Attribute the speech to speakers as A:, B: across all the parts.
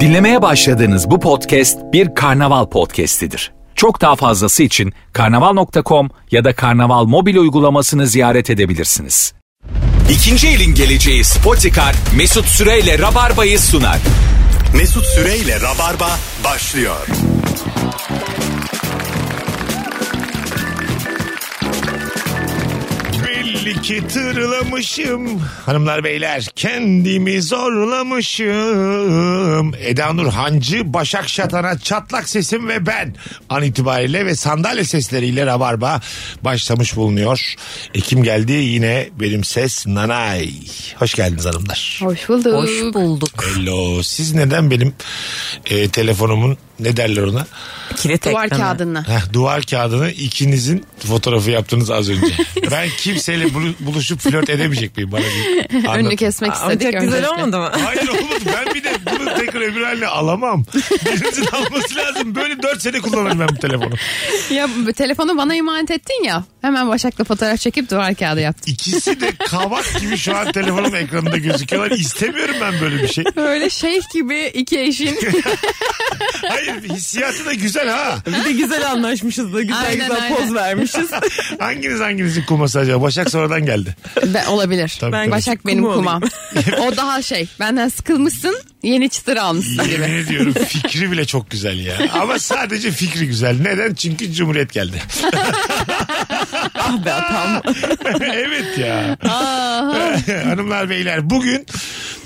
A: Dinlemeye başladığınız bu podcast bir karnaval podcastidir. Çok daha fazlası için karnaval.com ya da karnaval mobil uygulamasını ziyaret edebilirsiniz. İkinci elin geleceği Spotikar Mesut Süreyle Rabarba'yı sunar.
B: Mesut Süreyle Rabarba başlıyor.
C: Belli ki tırlamışım hanımlar beyler kendimi zorlamışım. Eda Nur Hancı, Başak Şatan'a çatlak sesim ve ben an itibariyle ve sandalye sesleriyle Rabarba başlamış bulunuyor. Ekim geldi yine benim ses Nanay. Hoş geldiniz hanımlar.
D: Hoş bulduk.
E: Hoş bulduk.
C: Hello. Siz neden benim e, telefonumun ne derler ona?
E: Kilit
D: Duvar
E: ekranı.
D: kağıdını.
C: Heh, duvar kağıdını ikinizin fotoğrafı yaptınız az önce. ben kimseyle bulu- buluşup flört edemeyecek miyim bana bir anlatın.
D: Önünü kesmek
E: Ama çok
D: istedik.
E: güzel
D: öncelikle.
E: olmadı mı?
C: Hayır olmadı ben bir de bunu tekrar öbür haline alamam. Birinizin alması lazım. Böyle dört sene kullanırım ben bu telefonu.
D: Ya bu telefonu bana emanet ettin ya. Hemen Başak'la fotoğraf çekip duvar kağıdı yaptım.
C: İkisi de kavak gibi şu an telefonun ekranında gözüküyorlar. İstemiyorum ben böyle bir şey.
D: Böyle şeyh gibi iki eşin.
C: Hayır hissiyatı da güzel ha.
E: Bir de güzel anlaşmışız da güzel
D: Aynen,
E: güzel
D: aynen.
E: poz vermişiz.
C: Hanginiz hanginizin kuması acaba? Başak sonradan geldi.
D: Be- olabilir.
C: Tabii, tabii.
D: Başak benim
E: Kumu
D: kumam. o daha şey. Benden sıkılmışsın yeni çıtır almışsın gibi.
C: Yemin ediyorum fikri bile çok güzel ya. Ama sadece fikri güzel. Neden? Çünkü Cumhuriyet geldi.
E: ah be atam.
C: evet ya. Hanımlar beyler bugün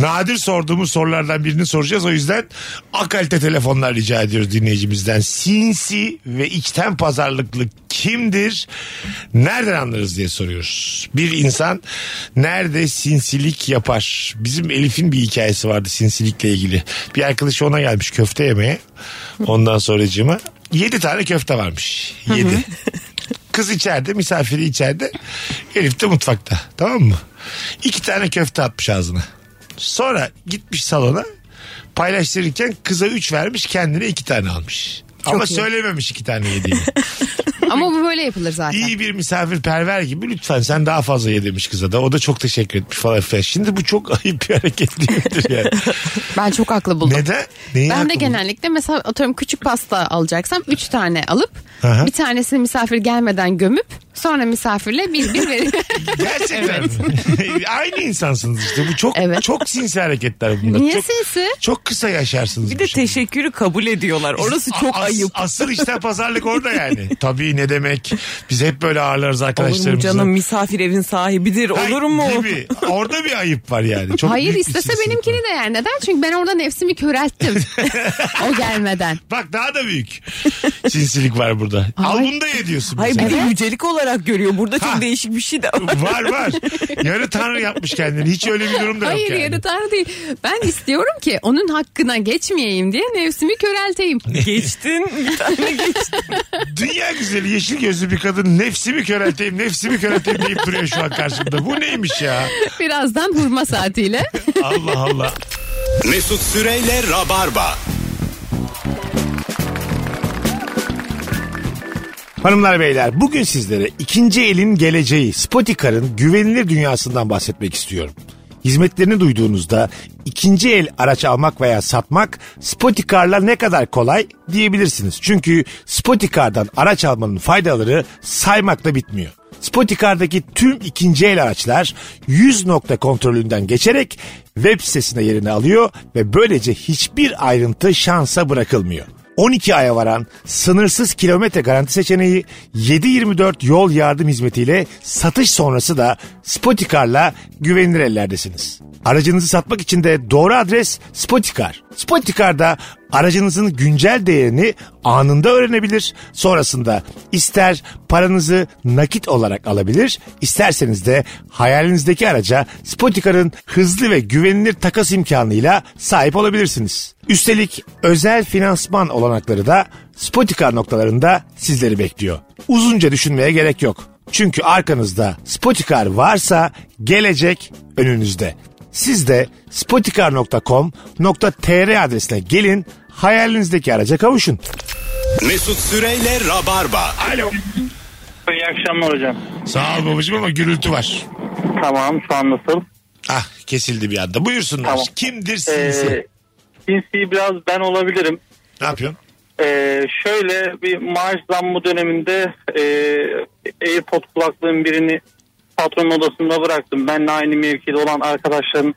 C: nadir sorduğumuz sorulardan birini soracağız. O yüzden akalite telefonlar rica ediyoruz dinleyicimizden. Sinsi ve içten pazarlıklı kimdir? Nereden anlarız diye soruyoruz. Bir insan nerede sinsilik yapar? Bizim Elif'in bir hikayesi vardı sinsilikle ilgili. Bir arkadaşı ona gelmiş köfte yemeye. Ondan sonracığıma 7 tane köfte varmış. 7. Kız içeride misafiri içeride. Elif de mutfakta tamam mı? İki tane köfte atmış ağzına. Sonra gitmiş salona paylaştırırken kıza üç vermiş kendine iki tane almış. Ama söylememiş iki tane yediğini.
D: Ama bu böyle yapılır zaten.
C: İyi bir misafirperver gibi lütfen sen daha fazla ye demiş kıza da. O da çok teşekkür etmiş falan filan. Şimdi bu çok ayıp bir hareket değildir yani.
D: Ben çok haklı buldum.
C: Neden? Neyi
D: Ben de
C: haklı bu?
D: genellikle mesela atıyorum küçük pasta alacaksam 3 tane alıp
C: Aha.
D: bir tanesini misafir gelmeden gömüp sonra misafirle bir bir verip
C: Gerçekten mi? Aynı insansınız işte. Bu çok
D: Evet.
C: çok sinsi hareketler bunlar.
D: Niye
C: çok,
D: sinsi?
C: Çok kısa yaşarsınız.
E: Bir
C: bu
E: de
C: şekilde.
E: teşekkürü kabul ediyorlar. Orası çok
C: As-
E: ayıp.
C: Asır işte pazarlık orada yani. Tabii ne demek. Biz hep böyle ağırlarız
E: Olur mu
C: arkadaşlarımızı.
E: canım misafir evin sahibidir
C: Hay-
E: olur mu?
C: Gibi. Orada bir ayıp var yani. Çok
D: Hayır
C: büyük bir
D: istese
C: sinsilik
D: benimkini
C: var.
D: de yer. Neden? Çünkü ben orada nefsimi körelttim. o gelmeden.
C: Bak daha da büyük sinsilik var burada. Al
D: Ay.
C: bunu da ye diyorsun.
E: Hayır bir
C: mesela.
E: de yücelik olarak görüyor. Burada
C: Ha.
E: çok değişik bir şey de var.
C: var var. Yarı tanrı yapmış kendini. Hiç öyle bir durum da
D: Hayır
C: yok yani.
D: yarı tanrı değil. Ben istiyorum ki onun hakkına geçmeyeyim diye nefsimi körelteyim.
E: Geçtin bir tane geçtin.
C: Dünya güzeli yeşil gözlü bir kadın nefsimi körelteyim nefsimi körelteyim deyip duruyor şu an karşımda. Bu neymiş ya?
D: Birazdan hurma saatiyle.
C: Allah Allah.
B: Mesut Süreyle Rabarba.
C: Hanımlar beyler bugün sizlere ikinci elin geleceği Spotikar'ın güvenilir dünyasından bahsetmek istiyorum. Hizmetlerini duyduğunuzda ikinci el araç almak veya satmak Spotikar'la ne kadar kolay diyebilirsiniz. Çünkü Spotikar'dan araç almanın faydaları saymakla bitmiyor. Spotikar'daki tüm ikinci el araçlar 100 nokta kontrolünden geçerek web sitesine yerini alıyor ve böylece hiçbir ayrıntı şansa bırakılmıyor. 12 aya varan sınırsız kilometre garanti seçeneği 7-24 yol yardım hizmetiyle satış sonrası da Spotikar'la güvenilir ellerdesiniz. Aracınızı satmak için de doğru adres Spotikar. Spotikar'da aracınızın güncel değerini anında öğrenebilir. Sonrasında ister paranızı nakit olarak alabilir, isterseniz de hayalinizdeki araca Spotikar'ın hızlı ve güvenilir takas imkanıyla sahip olabilirsiniz. Üstelik özel finansman olanakları da Spotikar noktalarında sizleri bekliyor. Uzunca düşünmeye gerek yok. Çünkü arkanızda Spotikar varsa gelecek önünüzde. Siz de spotikar.com.tr adresine gelin hayalinizdeki araca kavuşun.
B: Mesut Süreyle Rabarba.
C: Alo.
F: İyi akşamlar hocam.
C: Sağ ol babacığım ama gürültü var.
F: Tamam şu an nasıl?
C: Ah kesildi bir anda. Buyursunlar.
F: Tamam.
C: Kimdir
F: Ee,
C: sinsi?
F: sinsi biraz ben olabilirim.
C: Ne yapıyorsun?
F: Ee, şöyle bir maaş zammı döneminde e, AirPod kulaklığın birini patronun odasında bıraktım. Benle aynı mevkide olan arkadaşların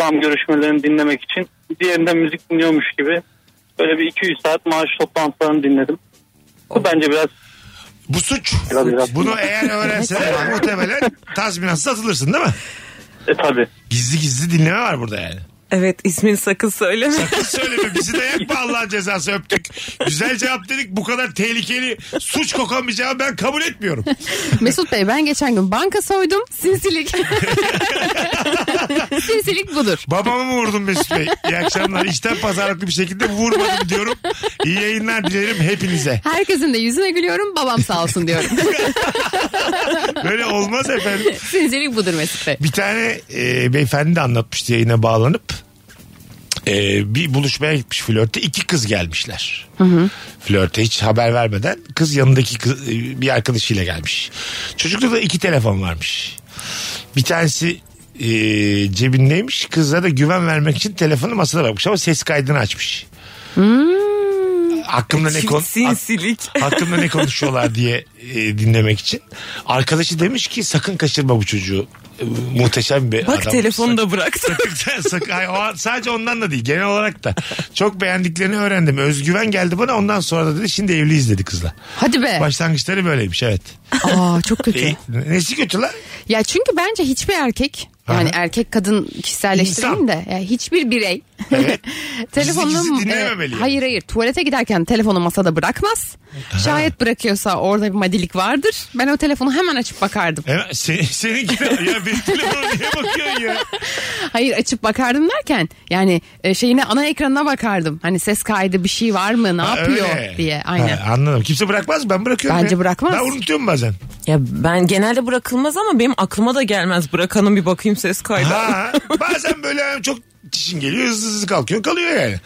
F: zam görüşmelerini dinlemek için. Diğerinde müzik dinliyormuş gibi. Böyle bir 200 saat maaş toplantılarını dinledim. Bu bence biraz
C: Bu suç.
F: Biraz, biraz.
C: Bunu eğer öğrensen muhtemelen tazminatsız atılırsın değil mi?
F: e, tabii.
C: Gizli gizli dinleme var burada yani.
E: Evet ismini sakın söyleme.
C: Kız söyleme bizi de yakma Allah'ın cezası öptük. Güzel cevap dedik bu kadar tehlikeli suç kokan bir cevap ben kabul etmiyorum.
D: Mesut Bey ben geçen gün banka soydum. Sinsilik. Sinsilik budur.
C: Babamı mı vurdun Mesut Bey? İyi akşamlar. İşten pazarlıklı bir şekilde vurmadım diyorum. İyi yayınlar dilerim hepinize.
D: Herkesin de yüzüne gülüyorum. Babam sağ olsun diyorum.
C: Böyle olmaz efendim.
D: Sinsilik budur Mesut Bey.
C: Bir tane e, beyefendi de anlatmıştı yayına bağlanıp e, bir buluşmaya gitmiş flörte iki kız gelmişler. Flörte hiç haber vermeden kız yanındaki kız- e, bir arkadaşıyla gelmiş. Çocukta da iki telefon varmış. Bir tanesi e, cebindeymiş kızlara da güven vermek için telefonu masada bırakmış ama ses kaydını açmış. Hakkımda ne konu?
E: Sinsilik.
C: hakkında ne konuşuyorlar diye e, dinlemek için. Arkadaşı demiş ki sakın kaçırma bu çocuğu. E, muhteşem bir adam.
E: Bak telefonu da bıraktı.
C: Sakın- sakın- Hayır, o an- sadece ondan da değil genel olarak da çok beğendiklerini öğrendim özgüven geldi bana ondan sonra da dedi şimdi evliyiz dedi kızla
D: Hadi be.
C: başlangıçları böyleymiş evet
D: Aa çok kötü.
C: e, nesi kötü lan
D: Ya çünkü bence hiçbir erkek yani
C: Aha.
D: erkek kadın kişiselleştireyim de yani hiçbir birey
C: Evet. Gizli
D: telefonunu
C: gizli dinlememeli yani.
D: hayır hayır tuvalete giderken telefonu masada bırakmaz. Şayet bırakıyorsa orada bir madilik vardır. Ben o telefonu hemen açıp bakardım.
C: Hemen- se, seninki de ya benim telefonuma niye bakıyorsun ya
D: Hayır açıp bakardım derken yani e, şeyine ana ekranına bakardım. Hani ses kaydı bir şey var mı ne
C: Ha,
D: yapıyor
C: öyle.
D: diye aynen.
C: Ha, anladım kimse bırakmaz mı? ben bırakıyorum
D: Bence
C: ya.
D: bırakmaz.
C: ben unutuyorum bazen
E: Ya ben genelde bırakılmaz ama benim aklıma da gelmez. Bırakanın bir bakayım ses kaydı.
C: ha, bazen böyle çok çişin geliyor hızlı hızlı kalkıyor kalıyor yani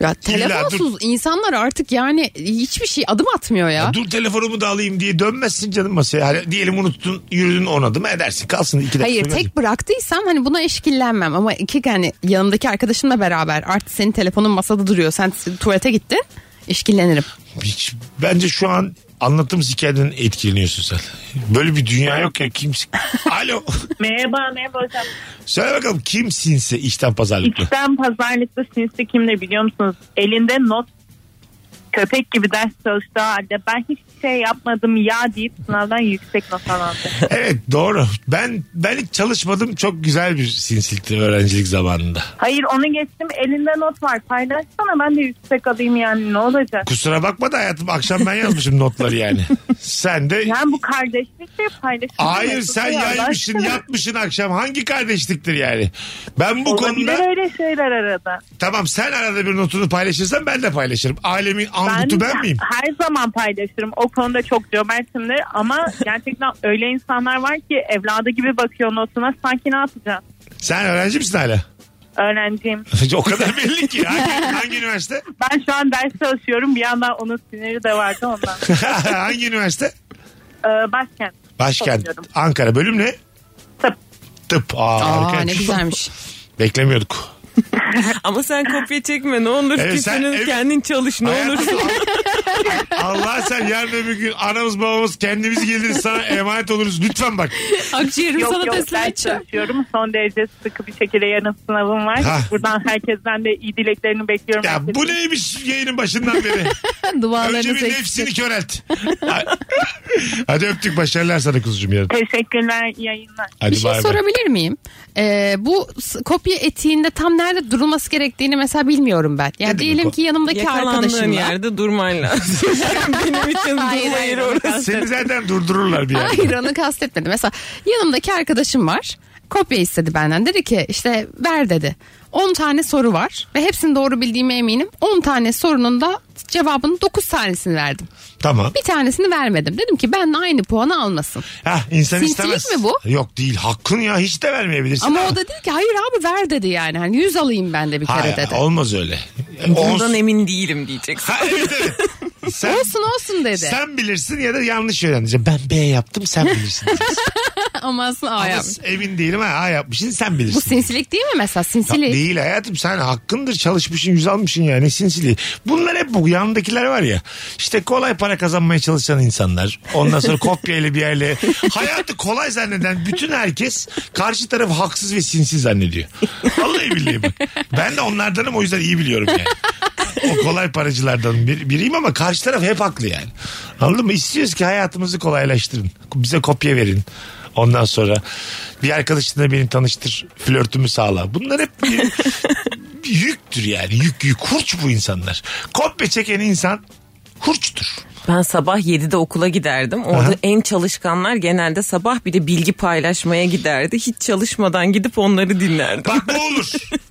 D: Ya
C: dur.
D: telefonsuz insanlar artık yani hiçbir şey adım atmıyor ya.
C: Dur telefonumu da alayım diye dönmezsin canım masaya. Hani diyelim unuttun yürüdün on adım edersin kalsın iki dakika.
D: Hayır
C: sonra
D: tek bıraktıysam hani buna eşkillenmem ama iki yani yanındaki arkadaşınla beraber artık senin telefonun masada duruyor sen tuvalete gittin eşkillenirim.
C: geleceğim. Hiç, bence şu an anlattığımız hikayeden etkileniyorsun sen. Böyle bir dünya yok ya kimsin? Alo.
G: Merhaba merhaba hocam.
C: Söyle bakalım kim sinsi işten pazarlıklı?
G: İçten pazarlıkta sinsi kimle biliyor musunuz? Elinde not köpek gibi ders çalıştığı halde ben hiçbir şey yapmadım ya deyip sınavdan yüksek not alandı.
C: evet doğru. Ben ben hiç çalışmadım çok güzel bir sinsilikti öğrencilik zamanında.
G: Hayır onu geçtim elinde not var paylaşsana ben de yüksek alayım yani ne olacak?
C: Kusura bakma da hayatım akşam ben yazmışım notları yani. Sen de
G: Yani bu kardeşlik de paylaşılır.
C: Hayır
G: Mesut
C: sen
G: Bey, Allah
C: yaymışsın
G: aşkına.
C: yatmışsın akşam. Hangi kardeşliktir yani? Ben bu
G: Olabilir
C: konuda
G: öyle şeyler arada.
C: Tamam sen arada bir notunu paylaşırsan ben de paylaşırım. Alemin angutu ben, miyim?
G: her zaman paylaşırım. O konuda çok cömertimdir ama gerçekten öyle insanlar var ki evladı gibi bakıyor notuna sanki ne yapacağız?
C: Sen öğrenci misin hala?
G: Öğrenciyim.
C: o kadar belli ki. Hangi, hangi üniversite?
G: Ben şu an ders çalışıyorum. Bir yandan onun siniri de vardı ondan.
C: hangi üniversite?
G: Ee, başkent.
C: Başkent.
G: Sanıyorum.
C: Ankara. Bölüm ne?
G: Tıp.
C: Tıp. Aa,
D: Aa
C: harika.
D: ne güzelmiş.
C: Beklemiyorduk.
E: Ama sen kopya çekme ne olur.
C: Evet, sen-
E: Küsünün
C: evet.
E: kendin çalış ne
C: Hayatım,
E: olur.
C: Allah sen yarın öbür gün anamız babamız kendimiz geliriz sana emanet oluruz. Lütfen bak.
D: Akciğerim
G: Yok
D: sana
G: yok
D: teslim
G: ders
D: edeceğim.
G: çalışıyorum. Son derece sıkı bir şekilde yarın sınavım var.
C: Ha.
G: Buradan herkesten de iyi dileklerini bekliyorum.
C: Ya
G: Herkesin.
C: bu neymiş yayının başından beri? Önce
D: Dualarınız
C: bir nefsini körelt. Hadi öptük başarılar sana kuzucuğum yarın.
G: Teşekkürler. iyi yayınlar.
C: Hadi
D: Bir şey
C: bay bay.
D: sorabilir miyim? Ee, bu s- kopya etiğinde tam nerede durulması gerektiğini mesela bilmiyorum ben. Ya
C: Ne demek o?
D: diyelim ki yanımdaki
E: Yakalandığın
D: arkadaşım
E: yerde durman lazım. Benim için durma
D: Hayır, hayır,
E: yeri
D: onu
E: orası.
C: Seni zaten durdururlar bir yerde.
D: Hayır onu kastetmedim. Mesela yanımdaki arkadaşım var. Kopya istedi benden. Dedi ki işte ver dedi. 10 tane soru var ve hepsini doğru bildiğime eminim. 10 tane sorunun da cevabının 9 tanesini verdim.
C: Tamam.
D: Bir tanesini vermedim. Dedim ki benle aynı puanı almasın.
C: Ha, insan
D: Sinsilik
C: istemez.
D: mi bu?
C: Yok değil hakkın ya hiç de vermeyebilirsin.
D: Ama o da dedi ki hayır abi ver dedi yani. Hani 100 alayım ben de bir kere
C: Hayır,
D: dedi.
C: olmaz öyle.
E: Bundan
C: Olsun.
E: emin değilim diyeceksin.
C: Ha, evet, evet. Sen-
D: olsun olsun dedi.
C: Sen bilirsin ya da yanlış öğreneceğim. Ben B yaptım sen bilirsin. diyeceksin.
D: Ama aslında A
C: Ama
D: yapmış.
C: emin değilim ha A yapmışsın sen bilirsin.
D: Bu sinsilik değil mi mesela
C: Ya
D: sinsilik?
C: Değil hayatım sen hakkındır çalışmışsın yüz almışsın yani sinsili. Bunlar hep bu yandakiler var ya işte kolay para kazanmaya çalışan insanlar ondan sonra kopyayla bir yerle hayatı kolay zanneden bütün herkes karşı taraf haksız ve sinsi zannediyor. Vallahi billahi bak. Ben de onlardanım o yüzden iyi biliyorum yani. O kolay paracılardan bir, biriyim ama karşı taraf hep haklı yani. Anladın mı? İstiyoruz ki hayatımızı kolaylaştırın. Bize kopya verin. Ondan sonra bir arkadaşınla beni tanıştır. Flörtümü sağla. Bunlar hep bir- bir yüktür yani. Yük, yük. Kurç bu insanlar. Kopya çeken insan kurçtur.
E: Ben sabah 7'de okula giderdim. Orada en çalışkanlar genelde sabah bir de bilgi paylaşmaya giderdi. Hiç çalışmadan gidip onları dinlerdim.
C: Bak bu olur.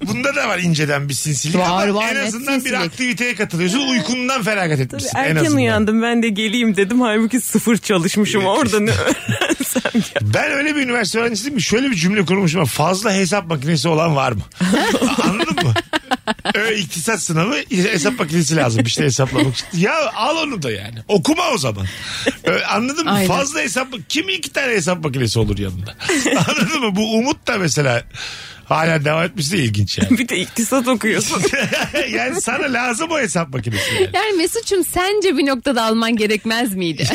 C: Bunda da var inceden bir sinsilik.
D: Var,
C: ama
D: var,
C: en
D: net
C: azından bir
D: sinsilik.
C: aktiviteye katılıyorsun. Uykundan feragat etmişsin. en
E: Erken
C: azından.
E: uyandım ben de geleyim dedim. Halbuki sıfır çalışmışım orada ne öğrensem ya.
C: Ben öyle bir üniversite öğrencisiyim ki şöyle bir cümle kurmuşum. ama Fazla hesap makinesi olan var mı? Anladın mı? Öyle iktisat sınavı hesap makinesi lazım. Bir şey hesaplamak için. Ya al onu da yani. Okuma o zaman. Öyle, anladın mı?
D: Aynen.
C: Fazla hesap Kim iki tane hesap makinesi olur yanında? Anladın mı? Bu Umut da mesela hala devam etmesi de ilginç yani.
E: Bir de iktisat okuyorsun.
C: yani sana lazım o hesap makinesi yani.
D: Yani Mesut'cum sence bir noktada alman gerekmez miydi?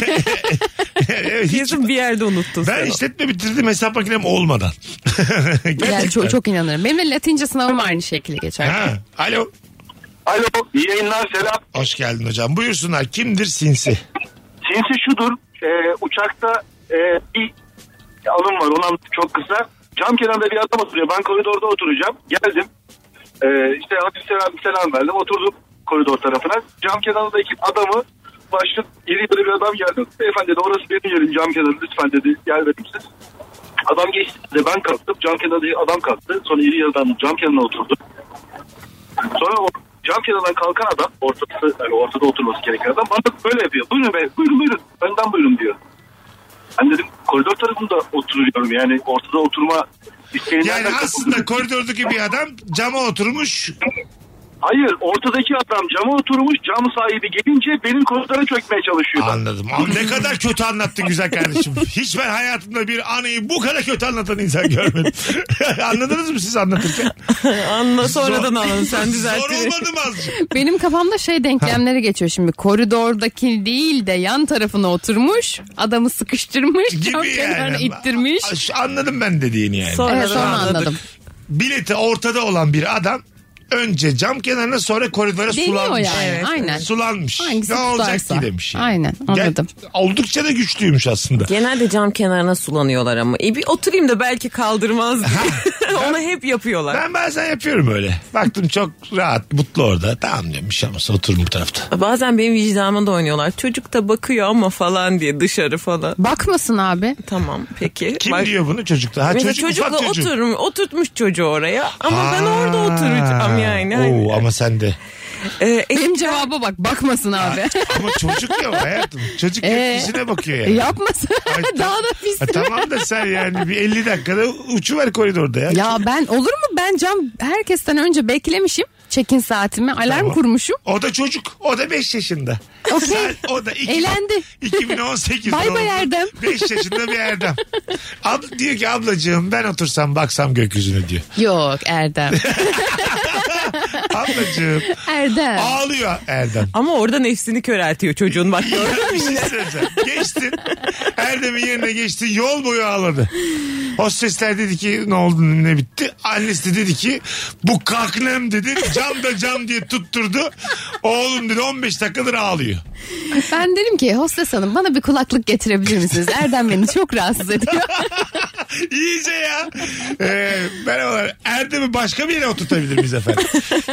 C: Evet, hiç-
E: Kesin bir yerde unuttun
C: ben
E: sen o.
C: işletme bitirdim hesap makinem olmadan. Gerçekten.
D: yani çok, çok inanırım. Benim de Latince sınavım aynı şekilde geçer.
C: Ha, alo.
F: Alo iyi yayınlar selam.
C: Hoş geldin hocam. Buyursunlar. Kimdir sinsi?
F: Cinsi şudur. e, uçakta e, bir anım var. Onu anlatayım çok kısa. Cam kenarında bir adam oturuyor. Ben koridorda oturacağım. Geldim. E, işte hafif selam, selam verdim. Oturdum koridor tarafına. Cam kenarındaki adamı başlık iri yarı bir adam geldi. Beyefendi dedi orası benim yerim cam kenarı lütfen dedi. Yer verir misiniz? Adam geçti dedi. Ben kalktım. Cam kenarındaki adam kalktı. Sonra iri yarıdan cam kenarına oturdu. Sonra o cam kenarından kalkan adam ortası, yani ortada oturması gereken adam bana böyle yapıyor. Buyurun be, buyurun buyurun. Önden buyurun diyor. Ben dedim koridor tarafında oturuyorum yani ortada oturma isteğinden
C: Yani
F: de kapıldım.
C: aslında koridordaki bir adam cama oturmuş.
F: Hayır ortadaki adam cama oturmuş cam sahibi gelince benim koridora çökmeye çalışıyor.
C: Anladım. Ama ne kadar kötü anlattın güzel kardeşim. Hiç ben hayatımda bir anıyı bu kadar kötü anlatan insan görmedim. Anladınız mı siz anlatırken?
E: Anla sonradan
C: Zor-
E: anladın
D: Hani
E: sen
C: Zor
E: düzeltir.
C: olmadı mı azıcık?
D: Benim kafamda şey denklemleri geçiyor şimdi. Koridordaki değil de yan tarafına oturmuş. Adamı sıkıştırmış. cam
C: Gibi
D: kenarına
C: yani.
D: hani ittirmiş.
C: A- Anladım ben dediğini yani.
E: Sonra-
D: Evet sonra
E: Anladık.
D: anladım.
C: Bileti ortada olan bir adam önce cam kenarına sonra koridora
D: Deniyor
C: sulanmış.
D: yani
E: Evet.
D: aynen.
C: Sulanmış.
D: Hangisi
C: ne olacak
D: tutarsa.
C: ki demiş. yani.
D: Aynen,
C: Gel-
D: anladım.
C: oldukça da güçlüymüş aslında.
E: Genelde cam kenarına sulanıyorlar ama. E bir oturayım da belki kaldırmaz diye. Onu hep yapıyorlar.
C: Ben bazen yapıyorum öyle. Baktım çok rahat, mutlu orada. Tamam diyorum bir şey olmaz oturun bu tarafta.
E: Bazen benim vicdanıma da oynuyorlar. Çocuk da bakıyor ama falan diye dışarı falan.
D: Bakmasın abi.
E: Tamam peki.
C: Kim
E: Bak-
C: diyor bunu çocukta? Ha,
E: Mesela
C: çocuk,
E: çocukla
C: ufak çocuk.
E: oturum, oturtmuş çocuğu oraya ama ben
C: Ha.
E: orada oturacağım yani. Hani,
C: Oo, ama sen de.
E: e, e,
D: Benim cevaba bak bakmasın abi.
C: Ama çocuk ya hayatım. Çocuk
D: Ee?
C: yüzüne bakıyor yani.
D: Yapmasın.
C: Ay, tam-
D: Daha da
C: Ha,
D: pis.
C: tamam da sen yani bir 50 dakikada uçuver koridorda ya.
D: Ya ben olur mu ben cam herkesten önce beklemişim. Çekin saatimi alarm
C: Tamam.
D: kurmuşum.
C: O da çocuk. O da 5 yaşında.
D: Okey.
C: Sen- o da iki-
D: Elendi.
C: 2018
D: Bay bay Erdem.
C: 5 yaşında bir Erdem. Ab, diyor ki ablacığım ben otursam baksam gökyüzüne diyor.
D: Yok Erdem.
C: Ablacığım
D: Erdem.
C: ağlıyor Erdem.
E: ama orada nefsini köreltiyor çocuğun bak.
C: bir şey söyleyeceğim. Geçtin. Erdem'in yerine geçtin. Yol boyu ağladı. Hostesler dedi ki ne oldu ne bitti. Annesi de dedi ki bu kaknem dedi. Cam da cam diye tutturdu. Oğlum dedi 15 dakikadır ağlıyor.
D: Ben dedim ki hostes hanım bana bir kulaklık getirebilir misiniz? Erdem beni çok rahatsız ediyor.
C: İyice ya. Ee, merhabalar. Erdem'i başka bir yere oturtabilir miyiz efendim?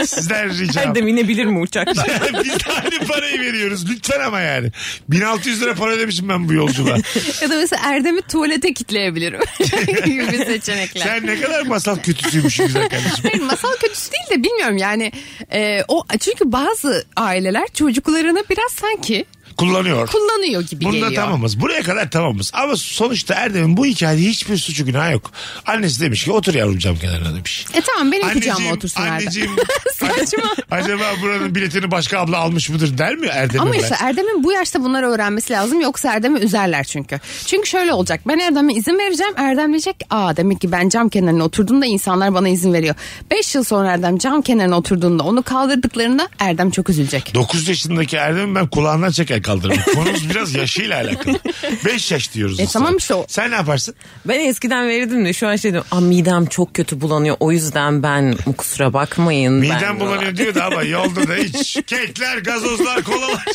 C: Sizden ricam.
E: Erdem inebilir mi uçakta?
C: Biz de aynı parayı veriyoruz. Lütfen ama yani. 1600 lira para ödemişim ben bu yolculuğa.
D: ya da mesela Erdem'i tuvalete kitleyebilirim. gibi bir seçenekler.
C: Sen ne kadar masal kötüsüymüşsün güzel kardeşim.
D: Hayır, masal kötüsü değil de bilmiyorum yani e, o çünkü bazı aileler çocuklarına biraz sanki
C: kullanıyor.
D: kullanıyor gibi
C: Bunda
D: geliyor.
C: tamamız. Buraya kadar tamamız. Ama sonuçta Erdem'in bu hikayede hiçbir suçu günahı yok. Annesi demiş ki otur yavrum cam kenarına demiş.
D: E tamam benim kucağıma otursun
C: anneciğim,
D: Erdem. Saçma.
C: acaba buranın biletini başka abla almış mıdır der mi Erdem'e?
D: Ama
C: bırak?
D: işte er- Erdem'in bu yaşta bunları öğrenmesi lazım yoksa Erdem'i üzerler çünkü. Çünkü şöyle olacak ben Erdem'e izin vereceğim Erdem diyecek ki, aa demek ki ben cam kenarına oturduğumda insanlar bana izin veriyor. 5 yıl sonra Erdem cam kenarına oturduğunda onu kaldırdıklarında Erdem çok üzülecek.
C: 9 yaşındaki Erdem'i ben kulağından çeker kaldırırım. Konumuz biraz yaşıyla alakalı. 5 yaş diyoruz.
D: E
C: ısrar.
D: tamam işte o-
C: Sen ne yaparsın?
E: Ben eskiden verirdim de şu an şey diyorum. "Aa, midem çok kötü bulanıyor. O yüzden ben kusura bakmayın.
C: Midem
E: ben
C: bulanıyor diyor da ama yolda da hiç. Kekler, gazozlar, kolalar.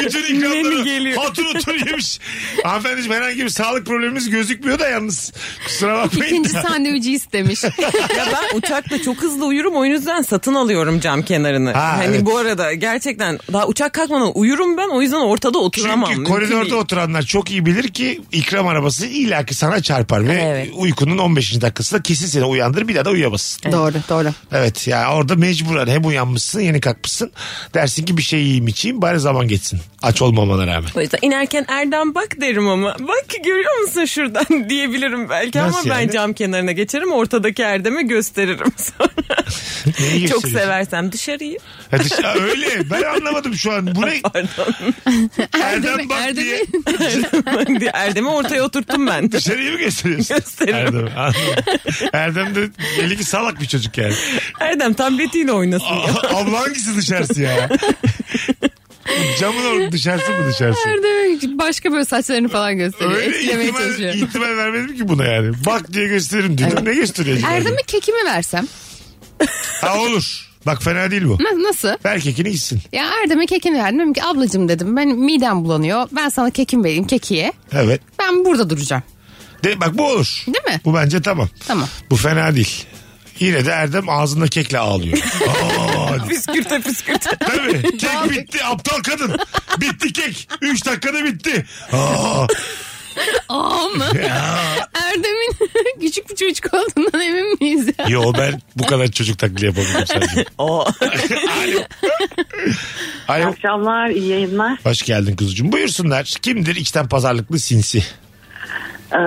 C: Bütün
E: Menü
C: ikramları
E: geliyor.
C: hatır otur yemiş. Hanımefendiciğim herhangi bir sağlık problemimiz gözükmüyor da yalnız. Kusura bakmayın.
D: İkinci
C: da.
E: şey.
D: sandviçi istemiş.
E: ya ben uçakta çok hızlı uyurum o yüzden satın alıyorum cam kenarını.
C: Ha,
E: hani
C: evet.
E: bu arada gerçekten daha uçak kalkmadan uyurum ben o yüzden ortada oturamam.
C: Çünkü
E: Mümkün
C: koridorda
E: değil.
C: oturanlar çok iyi bilir ki ikram arabası illaki sana çarpar ve
E: Evet.
C: uykunun 15. dakikasında kesin seni uyandırır bir daha da uyuyamazsın.
D: doğru doğru.
C: Evet ya orada mecburen hem uyanmışsın yeni kalkmışsın dersin ki bir şey yiyeyim içeyim bari zaman geçsin aç olmamana rağmen.
E: O yüzden inerken Erdem bak derim ama. Bak görüyor musun şuradan diyebilirim belki
C: Nasıl
E: ama ben
C: yani?
E: cam kenarına geçerim ortadaki Erdem'e gösteririm sonra.
C: Neyi
E: çok
C: gösteriyorsun?
E: seversem dışarıyı.
C: Ha, dış- Ha, öyle ben anlamadım şu an bu ne
E: Pardon.
C: Erdem bak
D: Erdem'i-
C: diye
E: diye Erdem'i ortaya oturttum ben.
C: dışarıyı mı gösteriyorsun?
E: Gösteririm.
C: Erdem, anladım. Erdem de belli ki salak bir çocuk yani.
E: Erdem tabletiyle oynasın.
C: A- Abla hangisi dışarısı ya? Camın or- dışarısı mı dışarısı?
D: Erdem başka böyle saçlarını falan gösteriyor.
C: Öyle
D: Etkilemeye
C: ihtimal,
D: çalışıyor.
C: ihtimal vermedim ki buna yani. Bak diye gösteririm dedim. Ne gösteriyor? acaba?
D: Erdem'e kekimi versem
C: Ha olur. Bak fena değil bu.
D: na- nasıl?
C: Ver kekini gitsin.
D: Ya Erdem'e kekini verdim. Dedim ki ablacım dedim ben midem bulanıyor. Ben sana kekim vereyim kekiye.
C: Evet.
D: Ben burada duracağım.
C: De, bak bu olur.
D: Değil mi?
C: Bu bence tamam.
D: Tamam.
C: Bu fena değil. Yine de Erdem ağzında kekle ağlıyor. Aa,
E: Püskürte püskürte.
C: tabii. Kek bitti aptal kadın. Bitti kek. Üç dakikada bitti. Aa,
D: Aa mı? Erdem'in küçük bir çocuk olduğundan emin miyiz ya?
C: yo ben bu kadar çocuk taklidi yapabilirim sadece.
E: Aa.
C: Alo. Alo.
H: akşamlar, iyi yayınlar.
C: Hoş geldin kuzucuğum. Buyursunlar. Kimdir içten pazarlıklı sinsi?
H: Ee,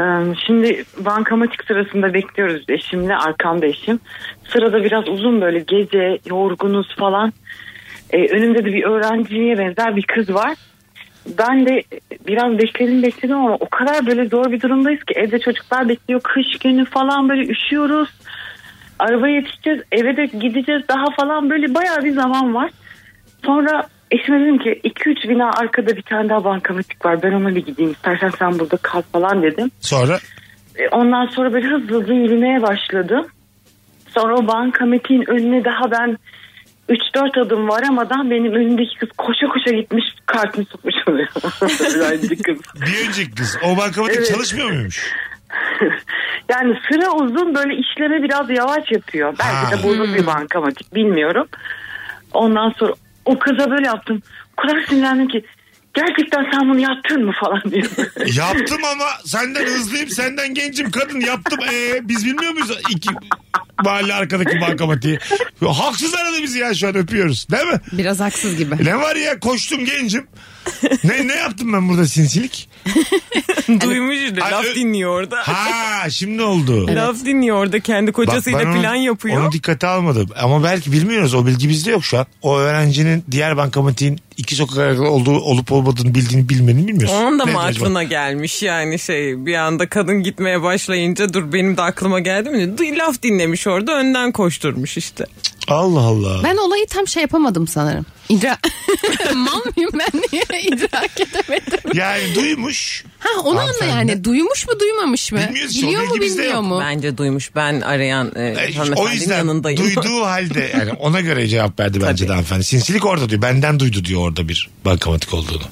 H: şimdi bankamatik sırasında bekliyoruz eşimle, arkamda eşim. Sırada biraz uzun böyle gece, yorgunuz falan. Ee, önümde de bir öğrenciye benzer bir kız var. Ben de biraz bekledim bekledim ama o kadar böyle zor bir durumdayız ki evde çocuklar bekliyor. Kış günü falan böyle üşüyoruz. Arabaya yetişeceğiz, eve de gideceğiz daha falan böyle bayağı bir zaman var. Sonra eşime dedim ki 2-3 bina arkada bir tane daha bankamatik var. Ben ona bir gideyim istersen sen burada kal falan dedim.
C: Sonra
H: E, Ondan sonra böyle hızlı hızlı yürümeye başladım. Sonra o bankamatiğin önüne daha ben 3-4 adım varamadan benim önümdeki kız koşa koşa gitmiş kartını sokmuş oluyor. Öğrenci kız.
C: bir önceki kız o bankamatik
H: Evet.
C: çalışmıyor muymuş?
H: yani sıra uzun böyle işlemi biraz yavaş yapıyor. Belki
C: Ha. Hmm.
H: de bozuk bir bankamatik bilmiyorum. Ondan sonra o kıza böyle yaptım. O kadar sinirlendim ki gerçekten sen bunu yaptın mı falan diye.
C: Yaptım ama senden hızlıyım senden gencim kadın yaptım. Ee, biz bilmiyor muyuz iki mahalle arkadaki bankamatiği? Haksız aradı bizi ya şu an öpüyoruz değil mi?
D: Biraz haksız gibi.
C: Ne var ya koştum gencim. Ne ne yaptım ben burada sinsilik?
E: Duymuş da
C: Ay,
E: laf
C: ö-
E: dinliyor orada.
C: Ha şimdi oldu.
E: Laf dinliyor orada kendi
C: Bak,
E: kocasıyla
C: ben onu-
E: plan yapıyor.
C: Onu dikkate almadım. Ama belki bilmiyoruz. O bilgi bizde yok şu an. O öğrencinin diğer bankamatiğin iki sokak arasında olduğu olup olmadığını bildiğini bilmediğini bilmiyoruz.
E: Onun da
C: Ne
E: mı
C: acaba?
E: aklına gelmiş yani şey bir anda kadın gitmeye başlayınca dur benim de aklıma geldi mi? Du- Laf dinlemiş orada önden koşturmuş işte.
C: Allah Allah.
D: Ben olayı tam şey yapamadım sanırım. İdra... Mal mıyım ben niye idrak edemedim?
C: Yani duymuş.
D: Ha onu anla
C: Hanımefendi.
D: yani. Duymuş mu duymamış mı?
C: Bilmiyoruz ki, o
D: Biliyor mu
C: bilgi bizde
D: bilmiyor
C: yok.
D: mu?
E: Bence duymuş ben arayan e,
C: E, o
E: hanımefendinin
C: yüzden
E: yanındayım.
C: duyduğu halde yani ona göre cevap verdi bence de hanımefendi. Sinsilik orada diyor. Benden duydu diyor orada bir bankamatik olduğunu.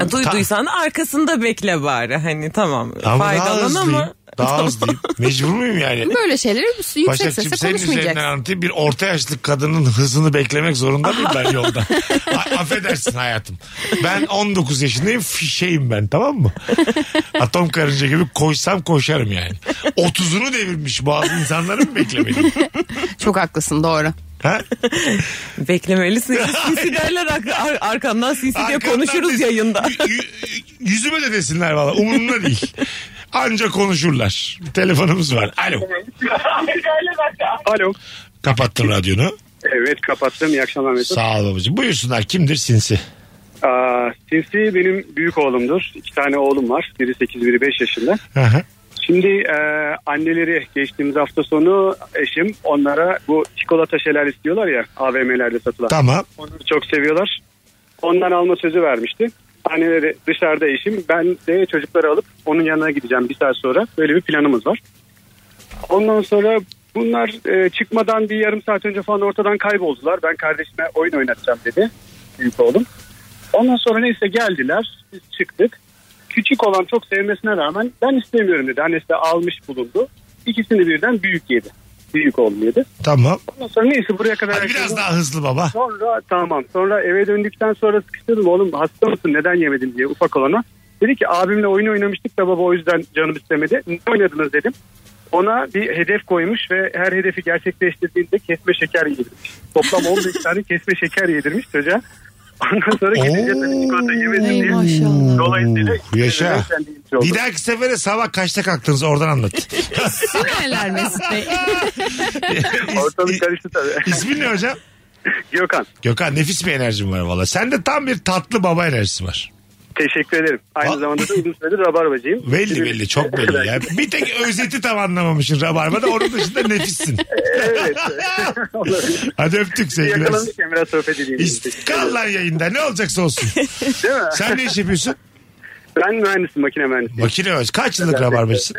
E: Ya, Duyduysan da arkasında bekle bari hani tamam
C: Ama daha
E: faydalan
C: hızlıyım.
E: ama.
C: Daha hızlıyım. Mecbur muyum yani?
D: Böyle şeyleri yüksek
C: Başakçığım
D: sesle
C: senin üzerinden
D: konuşmayacaksın.
C: anlatayım. Bir orta yaşlı kadının hızını beklemek zorunda mıyım ben yolda? A- affedersin hayatım. Ben 19 yaşındayım fişeyim ben tamam mı? Atom karınca gibi koşsam koşarım yani. 30'unu devirmiş bazı insanları mı beklemeliyim?
D: Çok haklısın doğru.
E: Beklemelisin. Sinsi derler ar- ar- arkamdan sinsi diye
C: Arkamdan
E: konuşuruz
C: de-
E: yayında.
C: Y- y- Yüzüme de desinler valla umurumda değil. Anca konuşurlar. Telefonumuz var. Alo.
I: Alo.
C: Kapattın radyonu.
I: Evet kapattım. İyi akşamlar Mesut.
C: Sağ ol babacığım. Buyursunlar kimdir sinsi?
I: Aa, sinsi benim büyük oğlumdur. İki tane oğlum var. Biri 8, biri 5 yaşında.
C: Aha.
I: Şimdi e, anneleri geçtiğimiz hafta sonu eşim onlara bu çikolata şeyler istiyorlar ya AVM'lerde satılan.
C: Tamam.
I: Onları çok seviyorlar. Ondan alma sözü vermişti. Anneleri dışarıda eşim. Ben de çocukları alıp onun yanına gideceğim bir saat sonra. Böyle bir planımız var. Ondan sonra bunlar e, çıkmadan bir yarım saat önce falan ortadan kayboldular. Ben kardeşime oyun oynatacağım dedi. Büyük oğlum. Ondan sonra neyse geldiler. Biz çıktık. Küçük olan çok sevmesine rağmen ben istemiyorum dedi. Annesi de almış bulundu. İkisini birden büyük yedi. Büyük oğlum yedi.
C: Tamam.
I: Ondan sonra neyse buraya kadar...
C: Hadi biraz
I: herkes-
C: daha hızlı baba.
I: Sonra tamam. Sonra eve döndükten sonra sıkıştırdım. Oğlum hasta mısın neden yemedin diye ufak olana. Dedi ki abimle oyun oynamıştık da baba o yüzden canım istemedi. Ne oynadınız dedim. Ona bir hedef koymuş ve her hedefi gerçekleştirdiğinde kesme şeker yedirmiş. Toplam 15 tane kesme şeker yedirmiş çocuğa. Ondan sonra gidince tabii çikolata yemedim
D: Ey
I: diye.
D: maşallah.
I: Dolayısıyla
C: Oo, yaşa.
I: ben de yemiş oldum.
C: Bir dahaki sefere sabah kaçta kalktınız oradan anlat.
D: Neler Mesut Bey?
I: Ortalık karıştı tabii.
C: İsmin ne hocam?
I: Gökhan
C: Gökhan nefis bir enerjin var valla. Sende tam bir tatlı baba enerjisi var.
I: teşekkür ederim. Aynı
C: Va-
I: zamanda da uzun süredir rabarbacıyım.
C: Belli
I: Sizin-
C: belli çok belli ya. Bir tek özeti tam anlamamışsın Rabarba'da onun dışında nefissin.
I: Evet. Olabilir.
C: Hadi öptük seni biraz.
I: Yakalamışken biraz sohbet edeyim.
C: İst- Kal lan yayında ne olacaksa olsun.
I: Değil mi?
C: Sen ne iş yapıyorsun?
I: Ben mühendisim, makine mühendisiyim.
C: Makine mühendisi. Kaç yıllık rabarbacısın?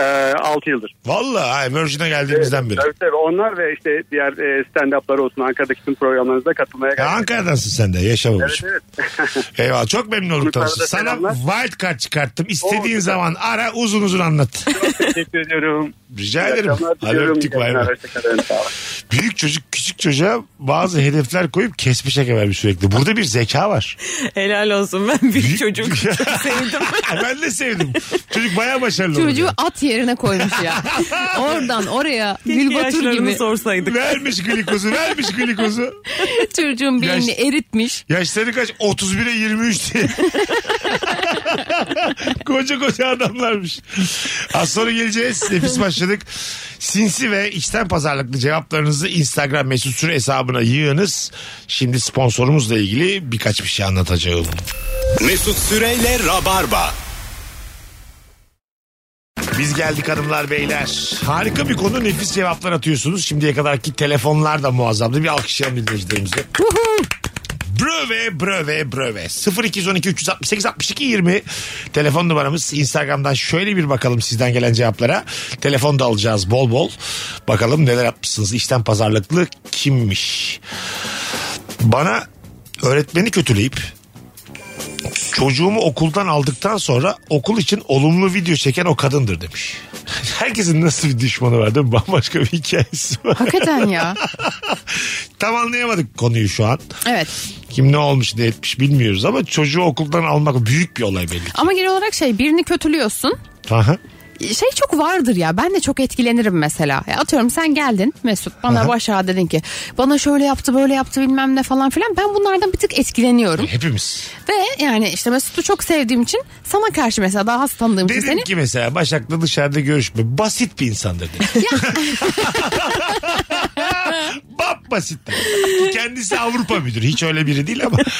I: Ee, 6 yıldır.
C: Valla ha, Virgin'e geldiğimizden beri.
I: Tabii tabii onlar ve işte diğer e, stand-up'lar olsun Ankara'daki tüm programlarınıza katılmaya
C: Ya
I: gayret
C: Ankara'dansın sen de yaşa
I: Evet
C: babacığım.
I: evet.
C: Eyvallah çok memnun olduk
I: Kurtarda
C: tanıştık. Sana
I: selamlar.
C: wild card çıkarttım. İstediğin
I: Oo,
C: zaman ara uzun uzun anlat.
I: Teşekkür ediyorum.
C: Rica
I: İyi
C: ederim.
I: akşamlar
C: Hadi
I: diliyorum.
C: öptük,
I: İyi
C: bay bay.
I: akşamlar, hoşçakalın, sağ olun.
C: Büyük çocuk küçük çocuğa bazı hedefler koyup kesmiş şaka vermiş sürekli. Burada bir zeka var.
E: Helal olsun ben bir çocuk
C: şey.
E: çok sevdim.
C: ben de sevdim. Çocuk bayağı başarılı
D: Çocuğu
C: oluyor.
D: at yerine koymuş ya. Oradan oraya Gülbatur
E: Yaşlarını
D: gibi
E: sorsaydık.
C: Vermiş glikozu vermiş glikozu.
D: çocuğun beynini
C: Yaş-
D: eritmiş.
C: Yaşları kaç? 31'e 23 diye. koca koca adamlarmış. Az sonra geleceğiz. Nefis başladık. Sinsi ve içten pazarlıklı cevaplarınızı Instagram mesut süre hesabına yığınız. Şimdi sponsorumuzla ilgili birkaç bir şey anlatacağım.
B: Mesut Süreyle Rabarba.
C: Biz geldik hanımlar beyler. Harika bir konu nefis cevaplar atıyorsunuz. Şimdiye kadarki telefonlar da muazzamdı. Bir alkışlayalım dinleyicilerimize. Bröve bröve bröve 0212 368 62 20 telefon numaramız instagramdan şöyle bir bakalım sizden gelen cevaplara telefon da alacağız bol bol bakalım neler yapmışsınız işten pazarlıklı kimmiş bana öğretmeni kötüleyip çocuğumu okuldan aldıktan sonra okul için olumlu video çeken o kadındır demiş. Herkesin nasıl bir düşmanı var değil mi? Bambaşka bir hikayesi var.
D: Hakikaten ya.
C: Tam anlayamadık konuyu şu an.
D: Evet.
C: Kim ne olmuş ne etmiş bilmiyoruz ama çocuğu okuldan almak büyük bir olay belli. ki.
D: Ama genel olarak şey birini kötülüyorsun.
C: Aha.
D: şey çok vardır ya ben de çok etkilenirim mesela. Ya atıyorum sen geldin Mesut bana başa dedin ki bana şöyle yaptı böyle yaptı bilmem ne falan filan. Ben bunlardan bir tık etkileniyorum.
C: Hepimiz.
D: Ve yani işte Mesut'u çok sevdiğim için sana karşı mesela daha az tanıdığım için
C: Dedim
D: seni.
C: ki mesela Başak'la dışarıda görüşme. Basit bir insandır dedim. Bap basit. Kendisi Avrupa müdürü. Hiç öyle biri değil ama.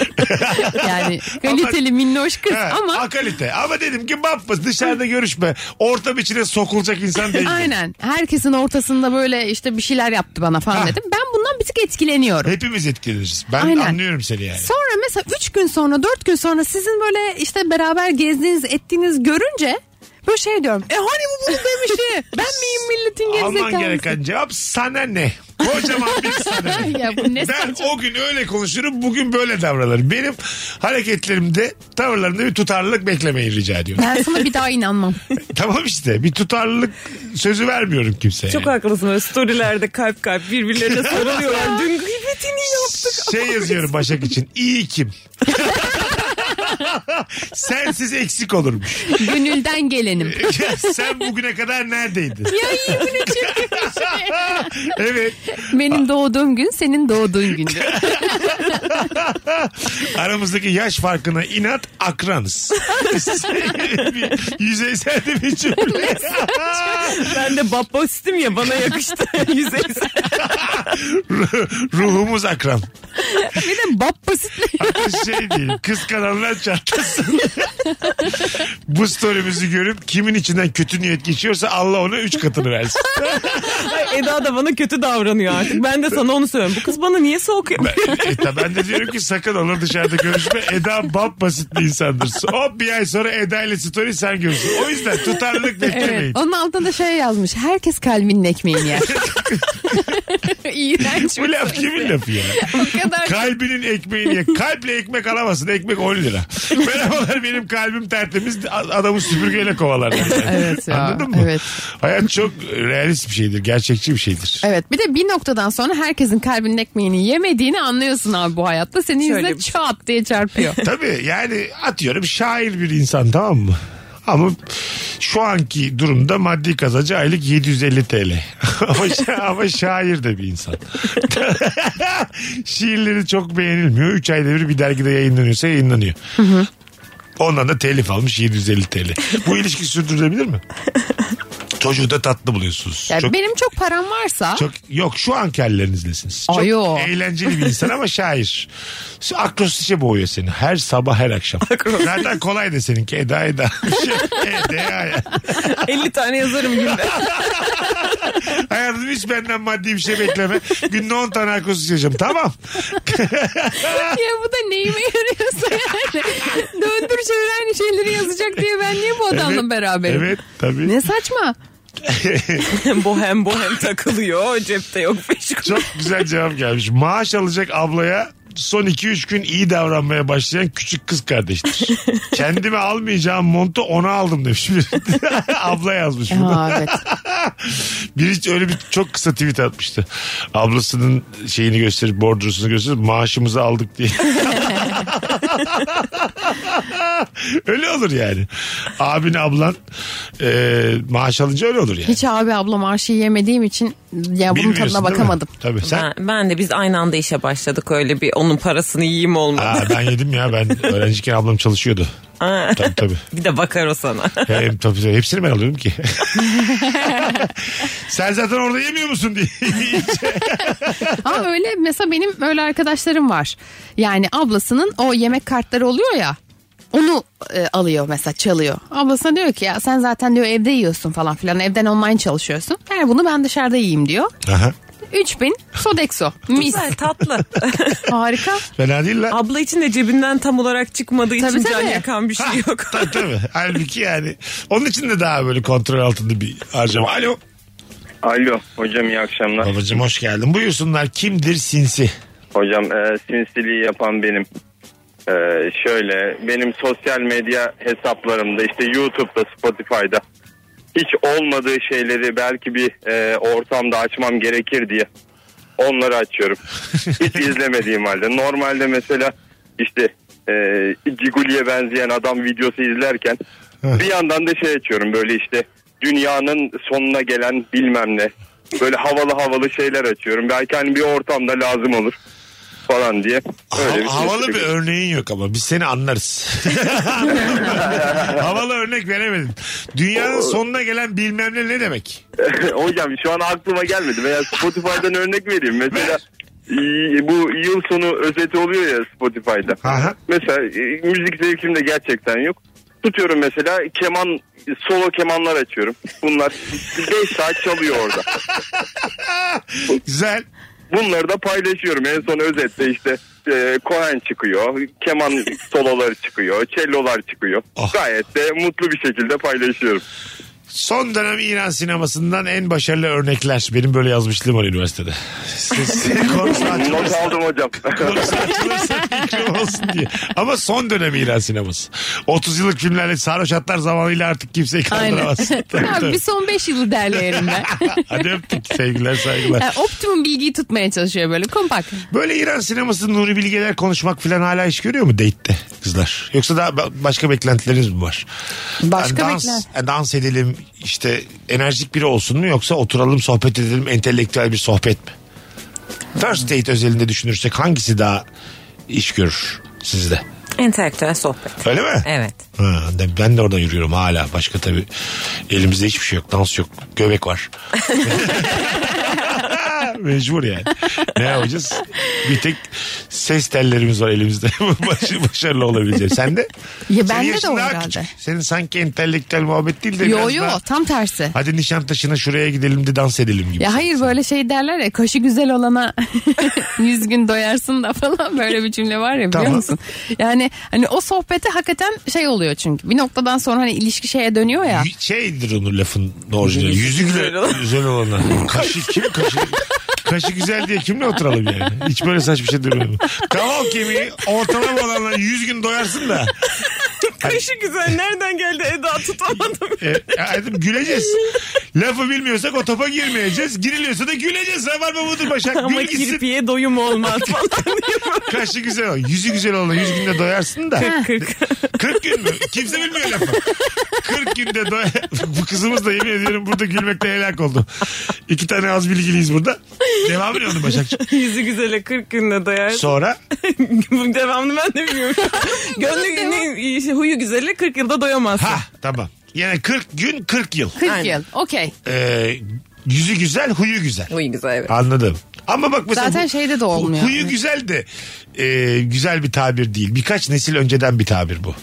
D: Yani kaliteli minnoş kız
C: He,
D: ama
C: akalite. Ama dedim ki bap basit. Dışarıda görüşme. Ortam içine sokulacak insan değil.
D: aynen herkesin ortasında böyle işte bir şeyler yaptı bana falan
C: Ha.
D: dedim. Ben bundan bir tık etkileniyorum.
C: Hepimiz etkileniriz. Ben
D: Aynen.
C: anlıyorum seni yani.
D: Sonra mesela 3 gün sonra 4 gün sonra sizin böyle işte beraber gezdiğiniz ettiğiniz görünce böyle şey diyorum. E hani bu bunu demişti? ben miyim milletin
C: Alman
D: gerizekalısı?
C: gereken cevap sana ne? Kocaman bir sana ne?
D: ya bu ne
C: ben
D: saçma.
C: o gün öyle konuşurum bugün böyle davranırım. Benim hareketlerimde tavırlarımda bir tutarlılık beklemeyin rica ediyorum.
D: Ben sana bir daha inanmam.
C: tamam işte bir tutarlılık sözü vermiyorum kimseye.
E: Çok haklısın böyle storylerde kalp kalp birbirlerine sarılıyorlar. Dün gıybetini yaptık.
C: Şey yazıyorum Başak için iyi kim? Sensiz eksik olurmuş.
D: Gönülden gelenim.
C: Ya sen bugüne kadar neredeydin?
D: ya iyi bu ne çirkin bir şey.
C: evet.
D: Benim doğduğum gün senin doğduğun gündü.
C: Aramızdaki yaş farkına inat akranız. Bir Yüzeysel de bir cümle.
E: Ben de babastim ya bana yakıştı yüzeysel.
C: Ruhumuz akran.
D: bir de bab basit.
C: şey değil. Kıskananlar çatlasın. Bu story'mizi görüp kimin içinden kötü niyet geçiyorsa Allah ona üç katını versin.
E: Ay, Eda da bana kötü davranıyor artık. Ben de sana onu söylüyorum. Bu kız bana niye soğuk yapıyor?
C: e, ta ben de diyorum ki sakın olur dışarıda görüşme. Eda bap basit bir insandır. Hop bir ay sonra Eda ile story sen görürsün. O yüzden tutarlılık beklemeyin.
D: Evet. Onun altında da şey yazmış. Herkes kalbinin ekmeğini yer. İğrenç.
C: Bu laf kimin lafı ya?
D: O kadar
C: Kalbinin ekmeğini ye. Kalple ekmek alamazsın. Ekmek 10 lira. Merhabalar benim kalbim tertemiz. Adamı süpürgeyle kovalar.
D: Evet ya,
C: Anladın mı?
D: evet.
C: Hayat çok realist bir şeydir. Gerçekçi bir şeydir.
D: Evet bir de bir noktadan sonra herkesin kalbinin ekmeğini yemediğini anlıyorsun abi bu hayatta. Senin
E: Şöyle
D: yüzüne
E: bir şey.
D: çat diye çarpıyor.
C: Tabii yani atıyorum şair bir insan tamam mı? Ama şu anki durumda maddi kazancı aylık 750 TL. ama, şa- ama şair de bir insan. Şiirleri çok beğenilmiyor. 3 ayda bir bir dergide yayınlanıyorsa yayınlanıyor. Ondan da telif almış 750 TL. Bu ilişki sürdürülebilir mi? Çocuğu da tatlı buluyorsunuz.
D: Yani
C: çok,
D: benim çok param varsa
C: çok yok şu anki hallerinizdesiniz. Çok
D: Ayo.
C: eğlenceli bir insan ama şair. Akrostişe boğuyor seni her sabah her akşam. Zaten kolay da seninki Eda Eda. şey, Eda ya.
E: 50 tane yazarım günde.
C: Hayatım hiç benden maddi bir şey bekleme. Günde 10 tane akrostişeceğim tamam.
D: ya bu da neyime yarıyorsa yani. Döndür çevir aynı şeyleri yazacak diye ben niye bu adamla
C: Evet,
D: beraberim?
C: Evet tabii.
D: Ne saçma.
E: bohem bohem takılıyor. Cepte yok peşin.
C: Çok güzel cevap gelmiş. Maaş alacak ablaya son 2-3 gün iyi davranmaya başlayan küçük kız kardeştir. Kendime almayacağım montu ona aldım demiş. Abla yazmış bunu.
D: Ha, evet.
C: Biri öyle bir çok kısa tweet atmıştı. Ablasının şeyini gösterip bordrosunu gösterip maaşımızı aldık diye. öyle olur yani. Abin ablan e, maaş alınca öyle olur yani.
D: Hiç abi ablam maaşı yemediğim için ya bunun
C: Bilmiyorsun
D: tadına
C: değil mi?
D: bakamadım.
C: Tabii sen.
E: Ben, ben de biz aynı anda işe başladık öyle bir onun parasını yiyeyim olmadı.
C: Aa, ben yedim ya ben öğrenciyken ablam çalışıyordu.
E: Aa.
C: Tabii tabii.
E: Bir de bakar o sana.
C: Hem, tabii, tabii. Hepsini ben alıyorum ki. Sen zaten orada yemiyor musun diye.
D: Ama öyle mesela benim öyle arkadaşlarım var. Yani ablasının o yemek kartları oluyor ya. Onu e, alıyor mesela çalıyor. Ablasına diyor ki ya sen zaten diyor evde yiyorsun falan filan. Evden online çalışıyorsun. Ver bunu ben dışarıda yiyeyim diyor.
C: Aha.
D: 3000 Sodexo. Mis.
E: Güzel tatlı.
D: Harika.
C: Fena değil lan.
E: Abla için de cebinden tam olarak çıkmadığı için
D: Tabii,
E: can
D: tabii.
E: yakan bir şey yok.
C: tabii tabii. Halbuki yani onun için de daha böyle kontrol altında bir harcama. Alo.
F: Alo hocam iyi akşamlar.
C: Babacım hoş geldin. Buyursunlar kimdir sinsi?
F: Hocam e, sinsiliği yapan benim. E, şöyle benim sosyal medya hesaplarımda işte YouTube'da Spotify'da hiç olmadığı şeyleri belki bir e, ortamda açmam gerekir diye onları açıyorum. Hiç izlemediğim halde. Normalde mesela işte e, Ciguli'ye benzeyen adam videosu izlerken bir yandan da şey açıyorum böyle işte dünyanın sonuna gelen bilmem ne. Böyle havalı havalı şeyler açıyorum. Belki hani bir ortamda lazım olur falan diye.
C: Ha-
F: Öyle
C: havalı
F: sinirlik.
C: bir örneğin yok ama biz seni anlarız. havalı örnek veremedin. Dünyanın sonuna gelen bilmem ne ne demek?
F: Hocam şu an aklıma gelmedi. Veya Spotify'dan örnek vereyim. Mesela y- bu yıl sonu özeti oluyor ya Spotify'da.
C: Aha.
F: Mesela e, müzik zevkim de gerçekten yok. Tutuyorum mesela keman solo kemanlar açıyorum. Bunlar 5 saat çalıyor orada.
C: Güzel.
F: Bunları da paylaşıyorum. En son özette işte e, Cohen çıkıyor. Keman soloları çıkıyor. Cellolar çıkıyor.
C: Ah.
F: Gayet de mutlu bir şekilde paylaşıyorum.
C: Son dönem İran sinemasından en başarılı örnekler. Benim böyle yazmışlığım var üniversitede. Siz konusu
F: Not
C: açılırsa,
F: aldım hocam.
C: konusu açılırsa fikrim olsun diye. Ama son dönem İran sineması. 30 yıllık filmlerle sarhoş hatlar zamanıyla artık kimseyi
D: Aynen.
C: kaldıramaz. Tabii,
D: Abi
C: tabii.
D: bir son 5 yılı derleyelim ben.
C: Hadi öptük. Sevgiler saygılar.
D: Yani optimum bilgiyi tutmaya çalışıyor böyle kompak.
C: Böyle İran sinemasının Nuri Bilgeler konuşmak falan hala iş görüyor mu date'te? kızlar? Yoksa daha ba- başka beklentileriniz mi var?
D: Başka
C: Yani dans, yani dans edelim işte enerjik biri olsun mu yoksa oturalım sohbet edelim entelektüel bir sohbet mi? First date özelinde düşünürsek hangisi daha iş görür sizde?
E: Entelektüel sohbet.
C: Öyle mi?
E: Evet.
C: Ha, de- ben de oradan yürüyorum hala. Başka tabii elimizde hiçbir şey yok. Dans yok. Göbek var. Mecbur yani. Ne yapacağız? Bir tek ses tellerimiz var elimizde. Baş- başarılı olabileceğiz. Sen de?
D: Ya
C: Senin
D: bende de
C: yaşın
D: o
C: daha
D: herhalde.
C: küçük. Senin sanki entelektüel muhabbet değil de
D: Yo
C: biraz
D: yo
C: daha-
D: tam tersi.
C: Hadi Nişantaşı'na şuraya gidelim de dans edelim gibi.
D: Ya hayır böyle şey derler ya kaşı güzel olana yüz gün doyarsın da falan böyle bir cümle var ya biliyor
C: Tamam.
D: musun? Yani hani o sohbete hakikaten şey oluyor çünkü bir noktadan sonra hani ilişki şeye dönüyor ya.
C: Y- Şeydir onun lafın orijinali. Yüzü güzel, güzel olana. Kaşı kim kaşı? Kaşı güzel diye kimle oturalım yani? Hiç böyle saçma şey demiyorum. Kaval kemiği ortalama olanla 100 gün doyarsın da.
E: Kaşı güzel nereden geldi Eda tutamadım.
C: E, hayatım güleceğiz. Lafı bilmiyorsak o topa girmeyeceğiz. Giriliyorsa da güleceğiz. Var mı budur Başak?
E: Ama
C: Gül gitsin.
E: kirpiye doyum olmaz falan.
C: Kaşı güzel ol. Yüzü güzel olan 100 günde doyarsın da.
E: 40.
C: 40 gün mü? Kimse bilmiyor lafı. 40 günde doy... Bu kızımız da yemin ediyorum burada gülmekte helak oldu. İki tane az bilgiliyiz burada. Devamı ne onun Başakçı?
E: Yüzü güzele 40 günde doyar.
C: Sonra
E: Bu Devamını ben de bilmiyorum. Gönlü günü, şey, huyu güzeli 40 yılda doyamazsın.
C: ha tamam. Yani 40 gün 40 yıl.
D: 40
E: Aynen.
D: yıl okey.
C: Ee, yüzü güzel huyu güzel.
E: Huyu güzel evet.
C: Anladım. Ama bak mesela
D: Zaten
C: bu-
D: şeyde de
C: hu-
D: olmuyor.
C: Huyu güzel de e, güzel bir tabir değil. Birkaç nesil önceden bir tabir bu.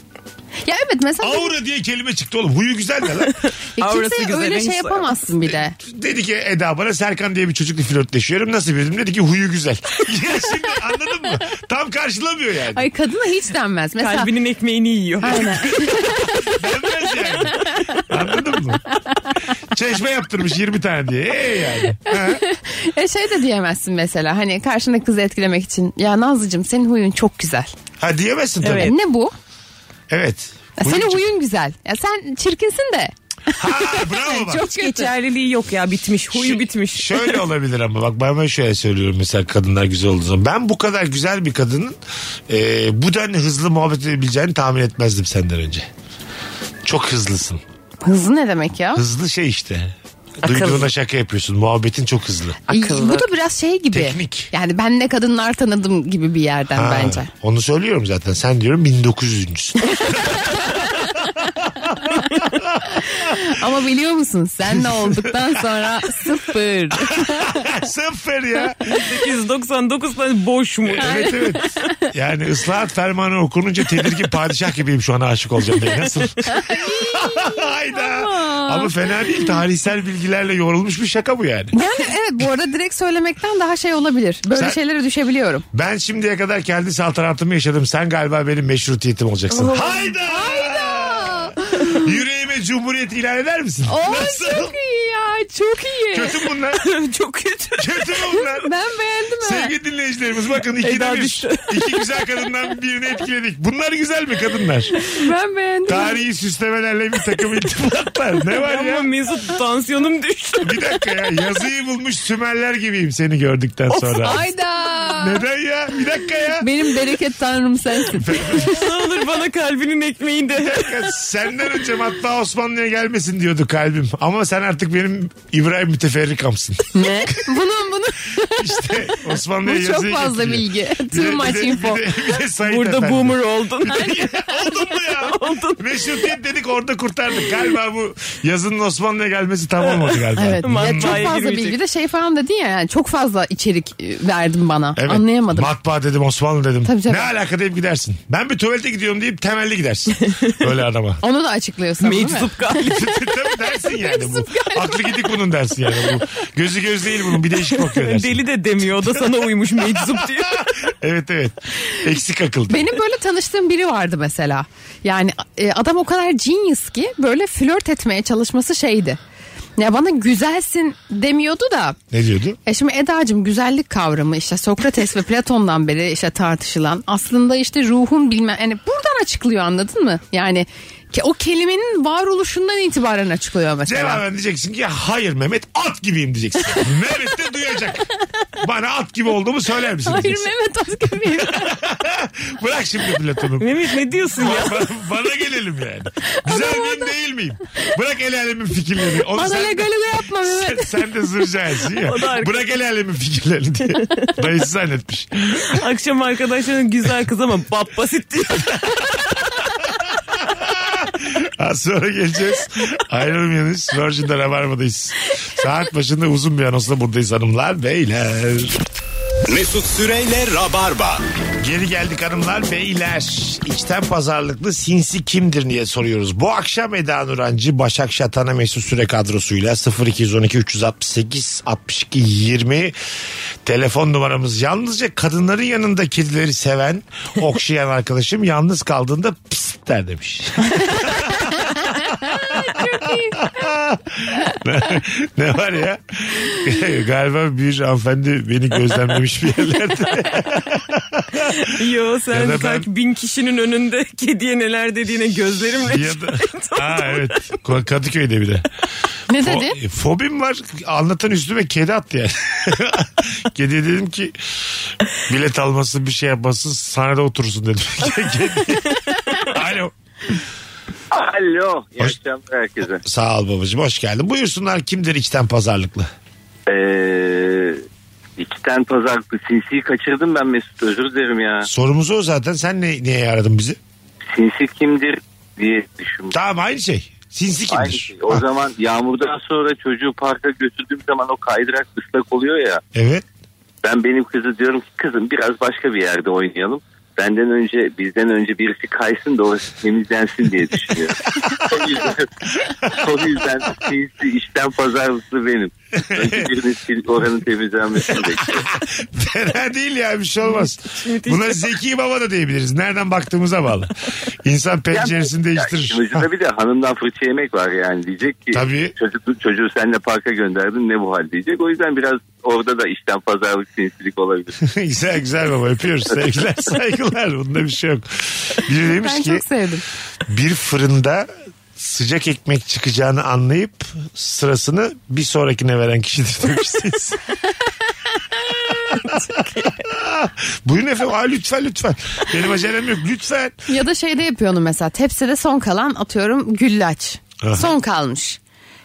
D: Ya evet mesela
C: Aura diye kelime çıktı oğlum. Huyu güzel ne lan?
D: ya
E: Aurası
D: kimseye
E: güzel
D: öyle
E: en
D: şey
E: güzel.
D: yapamazsın bir de.
C: dedi ki Eda bana Serkan diye bir çocukla flörtleşiyorum. Nasıl bildim? Dedi ki huyu güzel. ya şimdi anladın mı? Tam karşılamıyor yani.
D: Ay kadına hiç denmez. Mesela
E: Kalbinin ekmeğini yiyor.
D: Aynen.
C: Denmez yani. Anladın mı? Çeşme yaptırmış 20 tane diye. Ee yani. Ha?
D: E şey de diyemezsin mesela hani karşındaki kızı etkilemek için ya Nazlıcığım senin huyun çok güzel.
C: Ha diyemezsin tabii. Evet.
E: Evet.
D: E ne bu? Ya
C: Huyu
D: senin
C: çok-
D: huyun güzel. Ya sen çirkinsin de.
C: Ha, bravo bak.
D: Çok
E: Hiç
D: kötü.
E: geçerliliği yok ya bitmiş. Huyu
C: Şu-
E: bitmiş.
C: Şöyle olabilir ama bak ben böyle şöyle söylüyorum mesela kadınlar güzel olduğu zaman. Ben bu kadar güzel bir kadının e, bu denli hızlı muhabbet edebileceğini tahmin etmezdim senden önce. Çok hızlısın.
D: Hızlı ne demek ya?
C: Hızlı şey işte.
E: Akıllı.
C: Duyduğuna şaka yapıyorsun. Muhabbetin çok hızlı.
D: İyi,
E: Akıllı.
D: Bu da biraz şey gibi.
C: Teknik.
D: Yani ben ne kadınlar tanıdım gibi bir yerden
C: Ha,
D: bence.
C: Onu söylüyorum zaten. Sen diyorum 1900'üncüsün.
D: Ama biliyor musun sen ne olduktan sonra sıfır.
C: Sıfır ya.
E: 899 tane boş mu?
C: Evet evet. Yani ıslahat fermanı okununca tedirgin padişah gibiyim şu an aşık olacağım diye. Nasıl? Hayda. Ama fena değil. Tarihsel bilgilerle yorulmuş bir şaka bu yani.
D: Yani evet bu arada direkt söylemekten daha şey olabilir. Böyle
C: Sen-
D: şeylere düşebiliyorum.
C: Ben şimdiye kadar kendi saltanatımı yaşadım. Sen galiba benim meşrutiyetim olacaksın.
D: Oh.
C: Hayda. Yüreğime cumhuriyet ilan eder misin?
D: Oo,
C: Nasıl?
D: çok iyi ya çok iyi.
C: Kötü mü bunlar?
E: Çok kötü.
C: Kötü mü bunlar?
D: Ben beğendim ha.
C: Sevgili dinleyicilerimiz bakın ikide
E: Eda
C: bir.
E: düştü.
C: iki güzel kadından birini etkiledik. Bunlar güzel mi kadınlar?
D: Ben beğendim.
C: Tarihi süslemelerle bir takım iltifatlar. Ne var
E: Ama
C: ya?
E: Mesut tansiyonum düştü.
C: Bir dakika ya yazıyı bulmuş Sümerler gibiyim seni gördükten sonra.
D: Ayda.
C: Neden ya? Bir dakika ya.
D: Benim bereket tanrım sensin.
E: ne olur bana kalbinin ekmeğini de.
C: Ya Senden önce hatta Osmanlı'ya gelmesin diyordu kalbim. Ama sen artık benim İbrahim Müteferrikam'sın.
D: ne? Bunun bunun.
C: İşte Osmanlı'ya
D: Bu çok
C: yazıyı
D: fazla
C: getiriyor.
D: bilgi.
C: Bir de-
D: Too much
C: bir de-
D: info.
C: bir de- bir de Said
E: Burada
C: Efendi.
E: boomer oldun.
C: Oldun mu ya?
E: Oldun.
C: Meşrutiyet dedik orada kurtardık. Galiba bu yazının Osmanlı'ya gelmesi tam olmadı galiba.
D: Evet.
E: Matbaaya
D: Ya çok fazla
E: girmeyecek.
D: bilgi. Bir de şey falan dedin ya yani çok fazla içerik e, verdin bana.
C: Evet.
D: Anlayamadım.
C: Matbaa dedim Osmanlı dedim.
D: Tabii, tabii.
C: Ne alaka deyip gidersin. Ben bir tuvalete gidiyorum deyip temelli gidersin. Böyle adama.
D: Onu da açıklıyorsun değil mi?
E: Meczup galiba.
C: tabii dersin yani bu. Aklı gidik bunun dersin yani bu. Gözü göz değil bunun bir değişik bakıyor dersin.
E: Deli de demiyor. O da sana uymuş meczup diyor.
C: Evet evet. Eksik akıldı.
D: Benim böyle tanıştığım biri vardı mesela. Yani e, adam o kadar genius ki böyle flört etmeye çalışması şeydi. Ya bana güzelsin demiyordu da
C: Ne diyordu?
D: E şimdi Eda'cığım güzellik kavramı işte Sokrates ve Platon'dan beri işte tartışılan aslında işte ruhun bilmem yani buradan açıklıyor anladın mı? Yani Ki o kelimenin varoluşundan itibaren açıklıyor mesela.
C: Cevaben diyeceksin ki hayır Mehmet at gibiyim diyeceksin. Mehmet de duyacak. Bana at gibi olduğumu söyler misin?
D: Hayır
C: diyeceksin.
D: Mehmet Özgür
C: Bırak şimdi platonu.
E: Mehmet ne diyorsun ya?
C: bana, bana gelelim yani. Güzel miyim değil miyim? Bırak el alemin fikirlerini. Onu
D: Bana
C: sen de-
D: legalı da yapma
C: sen,
D: Mehmet.
C: sen de zırcaysın ya.
E: O da arkada.
C: Bırak el alemin fikirlerini diye. Dayısı zannetmiş.
E: Akşam arkadaşların güzel kız ama bab basit diyor.
C: Az sonra geleceğiz. Ayrılmayınız. Virgin'de Rabarba'dayız. Saat başında uzun bir anonsla buradayız hanımlar beyler.
B: Mesut Süreyle Rabarba.
C: Geri geldik hanımlar beyler. İçten pazarlıklı sinsi kimdir diye soruyoruz. Bu akşam Eda Nurancı Başak Şatan'a Mesut Süre kadrosuyla 0212 368 62 20 telefon numaramız. Yalnızca kadınların yanında kedileri seven, okşayan arkadaşım yalnız kaldığında pist der demiş. ne var ya? Galiba bir hanımefendi beni gözlemlemiş bir yerlerde.
E: Yo sen
C: Ya da
E: kalk bin kişinin önünde kediye neler dediğine gözlerimle.
C: ya da... Aa, evet. Ko- Kadıköy'de bir de.
D: ne
C: Fo-
D: dedi?
C: e, fobim var. Anlatan üstüme kedi attı yani. Kediye dedim ki bilet almasın bir şey yapmasın sahnede oturursun dedim. Kedi- Alo.
J: Alo. İyi
C: Hoş-
J: akşamlar herkese.
C: Sağ ol babacığım hoş geldin. Buyursunlar kimdir içten pazarlıklı?
J: Ee, içten pazarlıklı sinsiyi kaçırdım ben Mesut özür dilerim ya.
C: Sorumuz o zaten. Sen ne, niye aradın bizi?
J: Sinsi kimdir diye düşündüm.
C: Tamam aynı şey. Sinsi kimdir?
J: Aynı şey. O
C: Ha,
J: zaman yağmurdan sonra çocuğu parka götürdüğüm zaman o kaydırak ıslak oluyor ya.
C: Evet.
J: Ben benim kızı diyorum ki kızım biraz başka bir yerde oynayalım. Benden önce bizden önce birisi kaysın da orası temizlensin diye düşünüyorum. o yüzden, o yüzden sinsi işten pazarlıklı benim. Önce birinin sil- oranın temizlenmesini bekliyorum.
C: Fena değil ya bir şey olmaz. Buna zeki baba da diyebiliriz. Nereden baktığımıza bağlı. İnsan penceresini değiştirir.
J: İşin ucunda bir de hanımdan fırça yemek var yani diyecek ki
C: Tabii.
J: çocuk, çocuğu senle parka gönderdin ne bu hal diyecek. O yüzden biraz orada da işten pazarlık sinsilik olabilir.
C: güzel güzel baba öpüyoruz. Sevgiler saygılar. Bunda bir şey yok. Biri demiş
D: Ben
C: ki
D: çok sevdim.
C: bir fırında sıcak ekmek çıkacağını anlayıp sırasını bir sonrakine veren kişidir demişsiniz. Buyurun efendim. Aa, lütfen lütfen. Benim acelem yok. Lütfen.
D: Ya da şeyde yapıyor onu mesela tepside son kalan atıyorum güllaç.
C: Aha.
D: Son kalmış.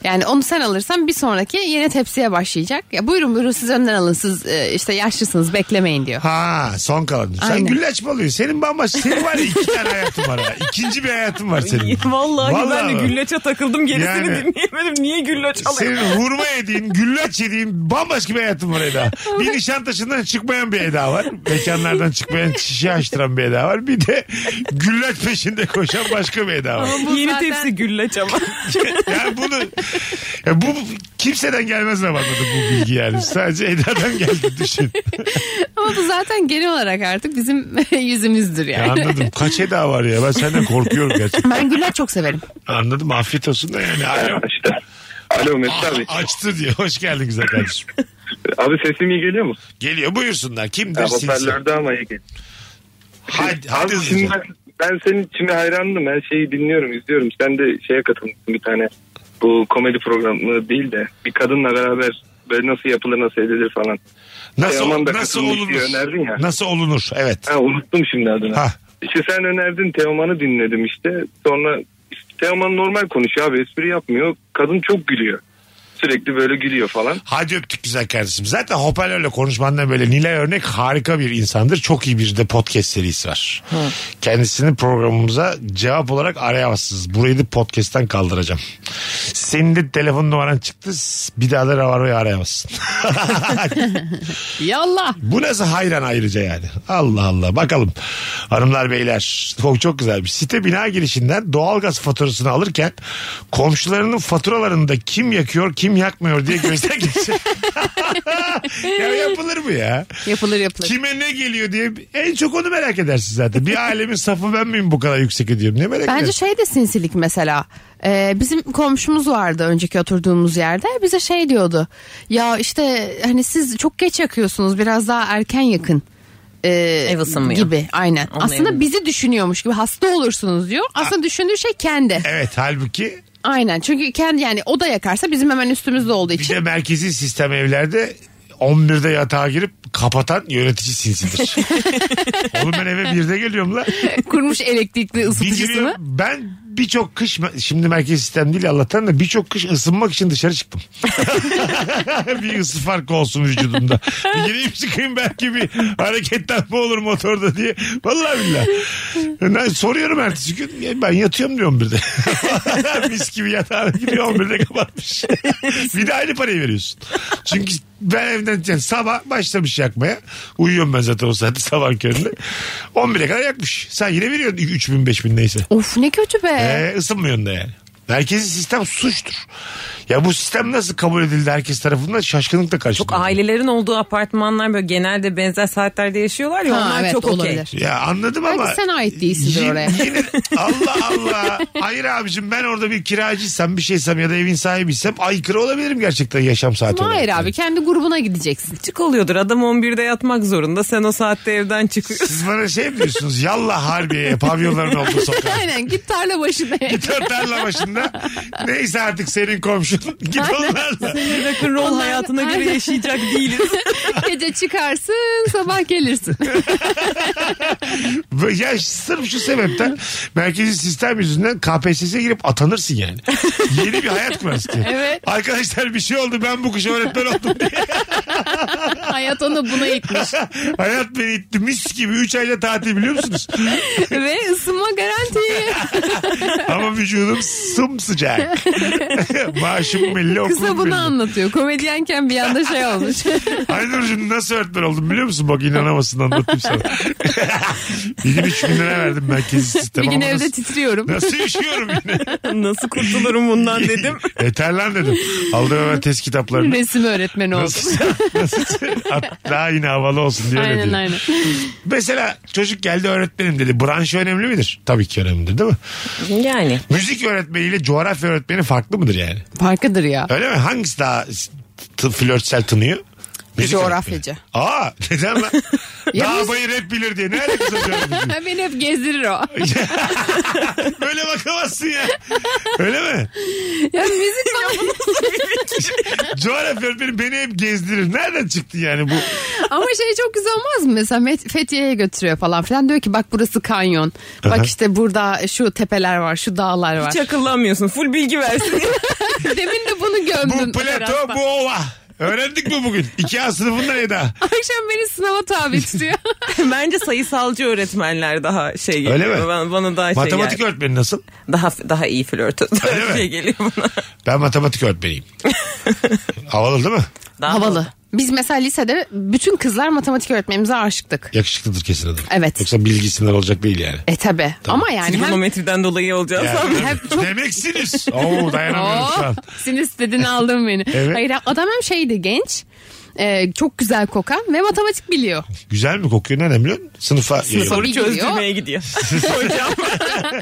D: Yani onu sen alırsan bir sonraki yeni tepsiye başlayacak. Ya buyurun buyurun siz önden alın siz e, işte yaşlısınız beklemeyin diyor.
C: Ha son kalan. Sen
D: Aynen.
C: güllaç mı alıyorsun? Senin bambaşka. Senin var ya iki tane hayatın var ha. İkinci bir hayatın var senin.
E: Vallahi, ben de
C: bak.
E: güllaça takıldım gerisini
C: Yani.
E: dinleyemedim. Niye güllaç alayım?
C: Senin hurma yediğin, güllaç yediğin bambaşka bir hayatın var Eda. Bir Nişantaşı'ndan çıkmayan bir Eda var. Mekanlardan çıkmayan şişe açtıran bir Eda var. Bir de güllaç peşinde koşan başka bir Eda var.
D: Bu
E: Yeni
D: zaten-
E: tepsi güllaç ama.
C: Yani bunu ya bu kimseden gelmez Rabarba'da bu bilgi yani. Sadece Eda'dan geldi düşün.
D: Ama bu zaten genel olarak artık bizim yüzümüzdür
C: Ya
D: yani.
C: anladım. Kaç Eda var ya? Ben senden korkuyorum gerçekten.
D: Ben güllaç çok severim.
C: Anladım. Afiyet olsun da yani. Alo. Ah,
I: İşte. Alo Mesut abi.
C: Açtı diye. Hoş geldin güzel kardeşim.
I: Abi sesim iyi geliyor mu?
C: Geliyor buyursunlar. Kimdir
I: Ya,
C: sinsi?
I: hoparlörde ama iyi geliyor.
C: Hadi, hadi
I: Abi
C: hızlıca.
I: şimdi ben, ben senin içine hayrandım. Her şeyi dinliyorum, izliyorum. Sen de şeye katılmışsın bir tane. Bu komedi programı değil de bir kadınla beraber böyle nasıl yapılır nasıl edilir falan.
C: Nasıl,
I: Teoman da
C: nasıl
I: katılmış
C: olunur?
I: diye önerdin ya.
C: Nasıl olunur? Evet.
I: Ha unuttum şimdi adını.
C: Ha.
I: İşte sen önerdin Teoman'ı dinledim işte. Sonra işte Teoman normal konuşuyor abi espri yapmıyor. Kadın çok gülüyor. Sürekli böyle gülüyor falan.
C: Hadi öptük güzel kardeşim. Zaten hoparlörle konuşmandan böyle Nilay Örnek harika bir insandır. Çok iyi bir de podcast serisi var. Kendisini programımıza cevap olarak arayamazsınız. Burayı da podcast'ten kaldıracağım. Senin de telefon numaran çıktı. Bir daha da Ravarva'yı arayamazsın.
D: Yallah.
C: Bu nasıl hayran ayrıca yani. Allah Allah. Bakalım hanımlar beyler. Çok, çok güzel bir site bina girişinden doğalgaz faturasını alırken komşularının faturalarında kim yakıyor kim yakmıyor diye gözden geçiyor. ya yapılır mı ya?
D: Yapılır yapılır.
C: Kime ne geliyor diye en çok onu merak edersin zaten. Bir alemin safı ben miyim bu kadar yüksek ediyorum? Ne merak
D: Bence
C: edersin?
D: şey de sinsilik mesela. Ee, bizim komşumuz vardı önceki oturduğumuz yerde. Bize şey diyordu. Ya işte hani siz çok geç yakıyorsunuz biraz daha erken yakın. e,
E: Ev ısınmıyor.
D: gibi aynen.
E: Onun
D: Aslında
E: evinde.
D: bizi düşünüyormuş gibi hasta olursunuz diyor. Aslında düşündüğü şey kendi.
C: Evet halbuki
D: Aynen çünkü kendi yani o da yakarsa bizim hemen üstümüzde olduğu
C: bir
D: için.
C: de merkezi sistem evlerde 11'de yatağa girip kapatan yönetici sinsidir. Oğlum ben eve 1'de geliyorum la.
D: Kurmuş elektrikli
C: Bir giriyorum,
D: ısıtıcısını.
C: ben birçok kış şimdi merkezi sistem değil Allah'tan da birçok kış ısınmak için dışarı çıktım. bir ısı farkı olsun vücudumda. Bir gireyim çıkayım belki bir hareketlenme olur motorda diye. Vallahi billahi. Ben soruyorum ertesi gün "Ya ben yatıyorum diyorum bir de. Mis gibi yatağa gidiyor 11'de kapatmış. bir de aynı parayı veriyorsun. Çünkü ben evden yani sabah başlamış yakmaya. Uyuyorum ben zaten o saatte sabah köründe. 11'e kadar yakmış. Sen yine veriyorsun 3000 5000 neyse.
D: Of ne kötü be.
C: Ee, ısınmıyorsun da yani. Merkezi sistem suçtur. Ya bu sistem nasıl kabul edildi herkes tarafından şaşkınlıkla
E: Çok
C: karşılanıyor.
E: ailelerin olduğu apartmanlar böyle genelde benzer saatlerde yaşıyorlar ya
D: Ha,
E: onlar
D: evet,
E: çok okey.
D: olabilir.
C: Ya anladım
D: Belki
C: ama.
D: sen ait değilsindir
C: Yine-
D: oraya.
C: yine- Allah Allah. Hayır abicim ben orada bir kiracıysam bir şeysem ya da evin sahibiysem aykırı olabilirim gerçekten yaşam saati olarak.
D: Hayır abi kendi grubuna gideceksin.
E: Çık oluyordur adam 11'de yatmak zorunda sen o saatte evden çıkıyorsun.
C: Siz bana şey mi diyorsunuz? Yallah harbiye pavyonların olduğu sokağa.
D: Aynen git tarla başına.
C: Gitar tarla başında. Neyse artık senin komşun. Git onlarla.
E: Şey, Rock'n'roll
D: Onlar-
E: hayatına göre
D: Aynen.
E: yaşayacak değiliz.
D: Gece çıkarsın sabah gelirsin.
C: Ya sırf şu sebepten merkezi sistem yüzünden KPSS'ye girip atanırsın yani. Yeni bir hayat kurarsın.
D: Evet.
C: Arkadaşlar bir şey oldu ben bu kış öğretmen oldum diye.
D: Hayat onu buna itmiş.
C: hayat beni itti mis gibi 3 ayda tatil biliyor musunuz?
D: Ve ısınma garanti.
C: Ama vücudum sımsıcak. Maaşım belli okulum
D: Kısa
C: belli.
D: bunu anlatıyor. Komedyenken bir anda şey olmuş.
C: Aynurcuğum nasıl öğretmen oldum biliyor musun? Bak inanamazsın anlatayım sana. bir gün 3 bin lira verdim merkezi
D: bir
C: sistem.
D: gün
C: ama
D: evde
C: nasıl-
D: titriyorum.
C: Nasıl yaşıyorum yine?
E: Nasıl kurtulurum bundan dedim.
C: Yeter lan dedim. Aldım hemen test kitaplarını.
D: Resim öğretmeni olsun.
C: Nasıl, nasıl, At- daha yine havalı olsun diye öyle
D: Aynen
C: diyor.
D: aynen.
C: Mesela çocuk geldi öğretmenim dedi. Branş önemli midir? Tabii ki önemlidir değil mi?
E: Yani.
C: Müzik öğretmeniyle coğrafya öğretmeni farklı mıdır yani?
D: Farkıdır ya.
C: Öyle mi? Hangisi daha t- flörtsel tınıyor? Müzik
D: Coğrafyacı.
C: öğretmeni. Aa neden lan?
D: Ya
C: daha
D: biz-
C: bayır hep bilir diye. Ne alakası var coğrafyacı?
D: Beni hep gezdirir o.
C: Böyle bakamazsın ya. Öyle mi?
D: Ya müzik bana
C: Coğrafya öğretmeni beni hep gezdirir. Nereden çıktı yani bu?
D: Ama şey çok güzel olmaz mı? Mesela Met- Fethiye'ye götürüyor falan filan. Diyor ki bak burası kanyon. Bak işte burada şu tepeler var, şu dağlar var.
E: Hiç akıllanmıyorsun. Full bilgi versin.
D: Demin de bunu gömdün.
C: Bu plato
D: Berat'tan.
C: bu ova. Öğrendik mi bugün? 2A sınıfından Eda.
D: Akşam beni sınava tabi tutuyor.
E: Bence sayısalcı öğretmenler daha şey geliyor.
C: Öyle mi?
E: Bana, bana daha şey
C: Matematik
E: geliyor.
C: öğretmeni nasıl?
E: Daha, daha iyi flört
C: Öyle mi?
E: şey geliyor bana.
C: Ben matematik öğretmeniyim. Havalı değil mi?
E: Daha
D: Havalı. Biz mesela lisede bütün kızlar matematik öğretmenimize aşıktık.
C: Yakışıklıdır kesin adam.
D: Evet.
C: Yoksa bilgisinden olacak değil yani.
D: E tabi. Ama yani hem...
E: Trigonometriden dolayı olacağız
C: Yani
E: ama.
D: hep çok-
C: Demeksiniz. Oo dayanamıyorum şu
D: Oh,
C: an.
D: sinir dedin aldın beni.
C: Evet.
D: Hayır adam hem şeydi genç. e, çok güzel kokan ve matematik biliyor.
C: Güzel mi kokuyor nereden biliyorsun? Sınıfa yayılıyor.
E: Soru
D: Bilmiyor.
E: çözdürmeye gidiyor. Hocam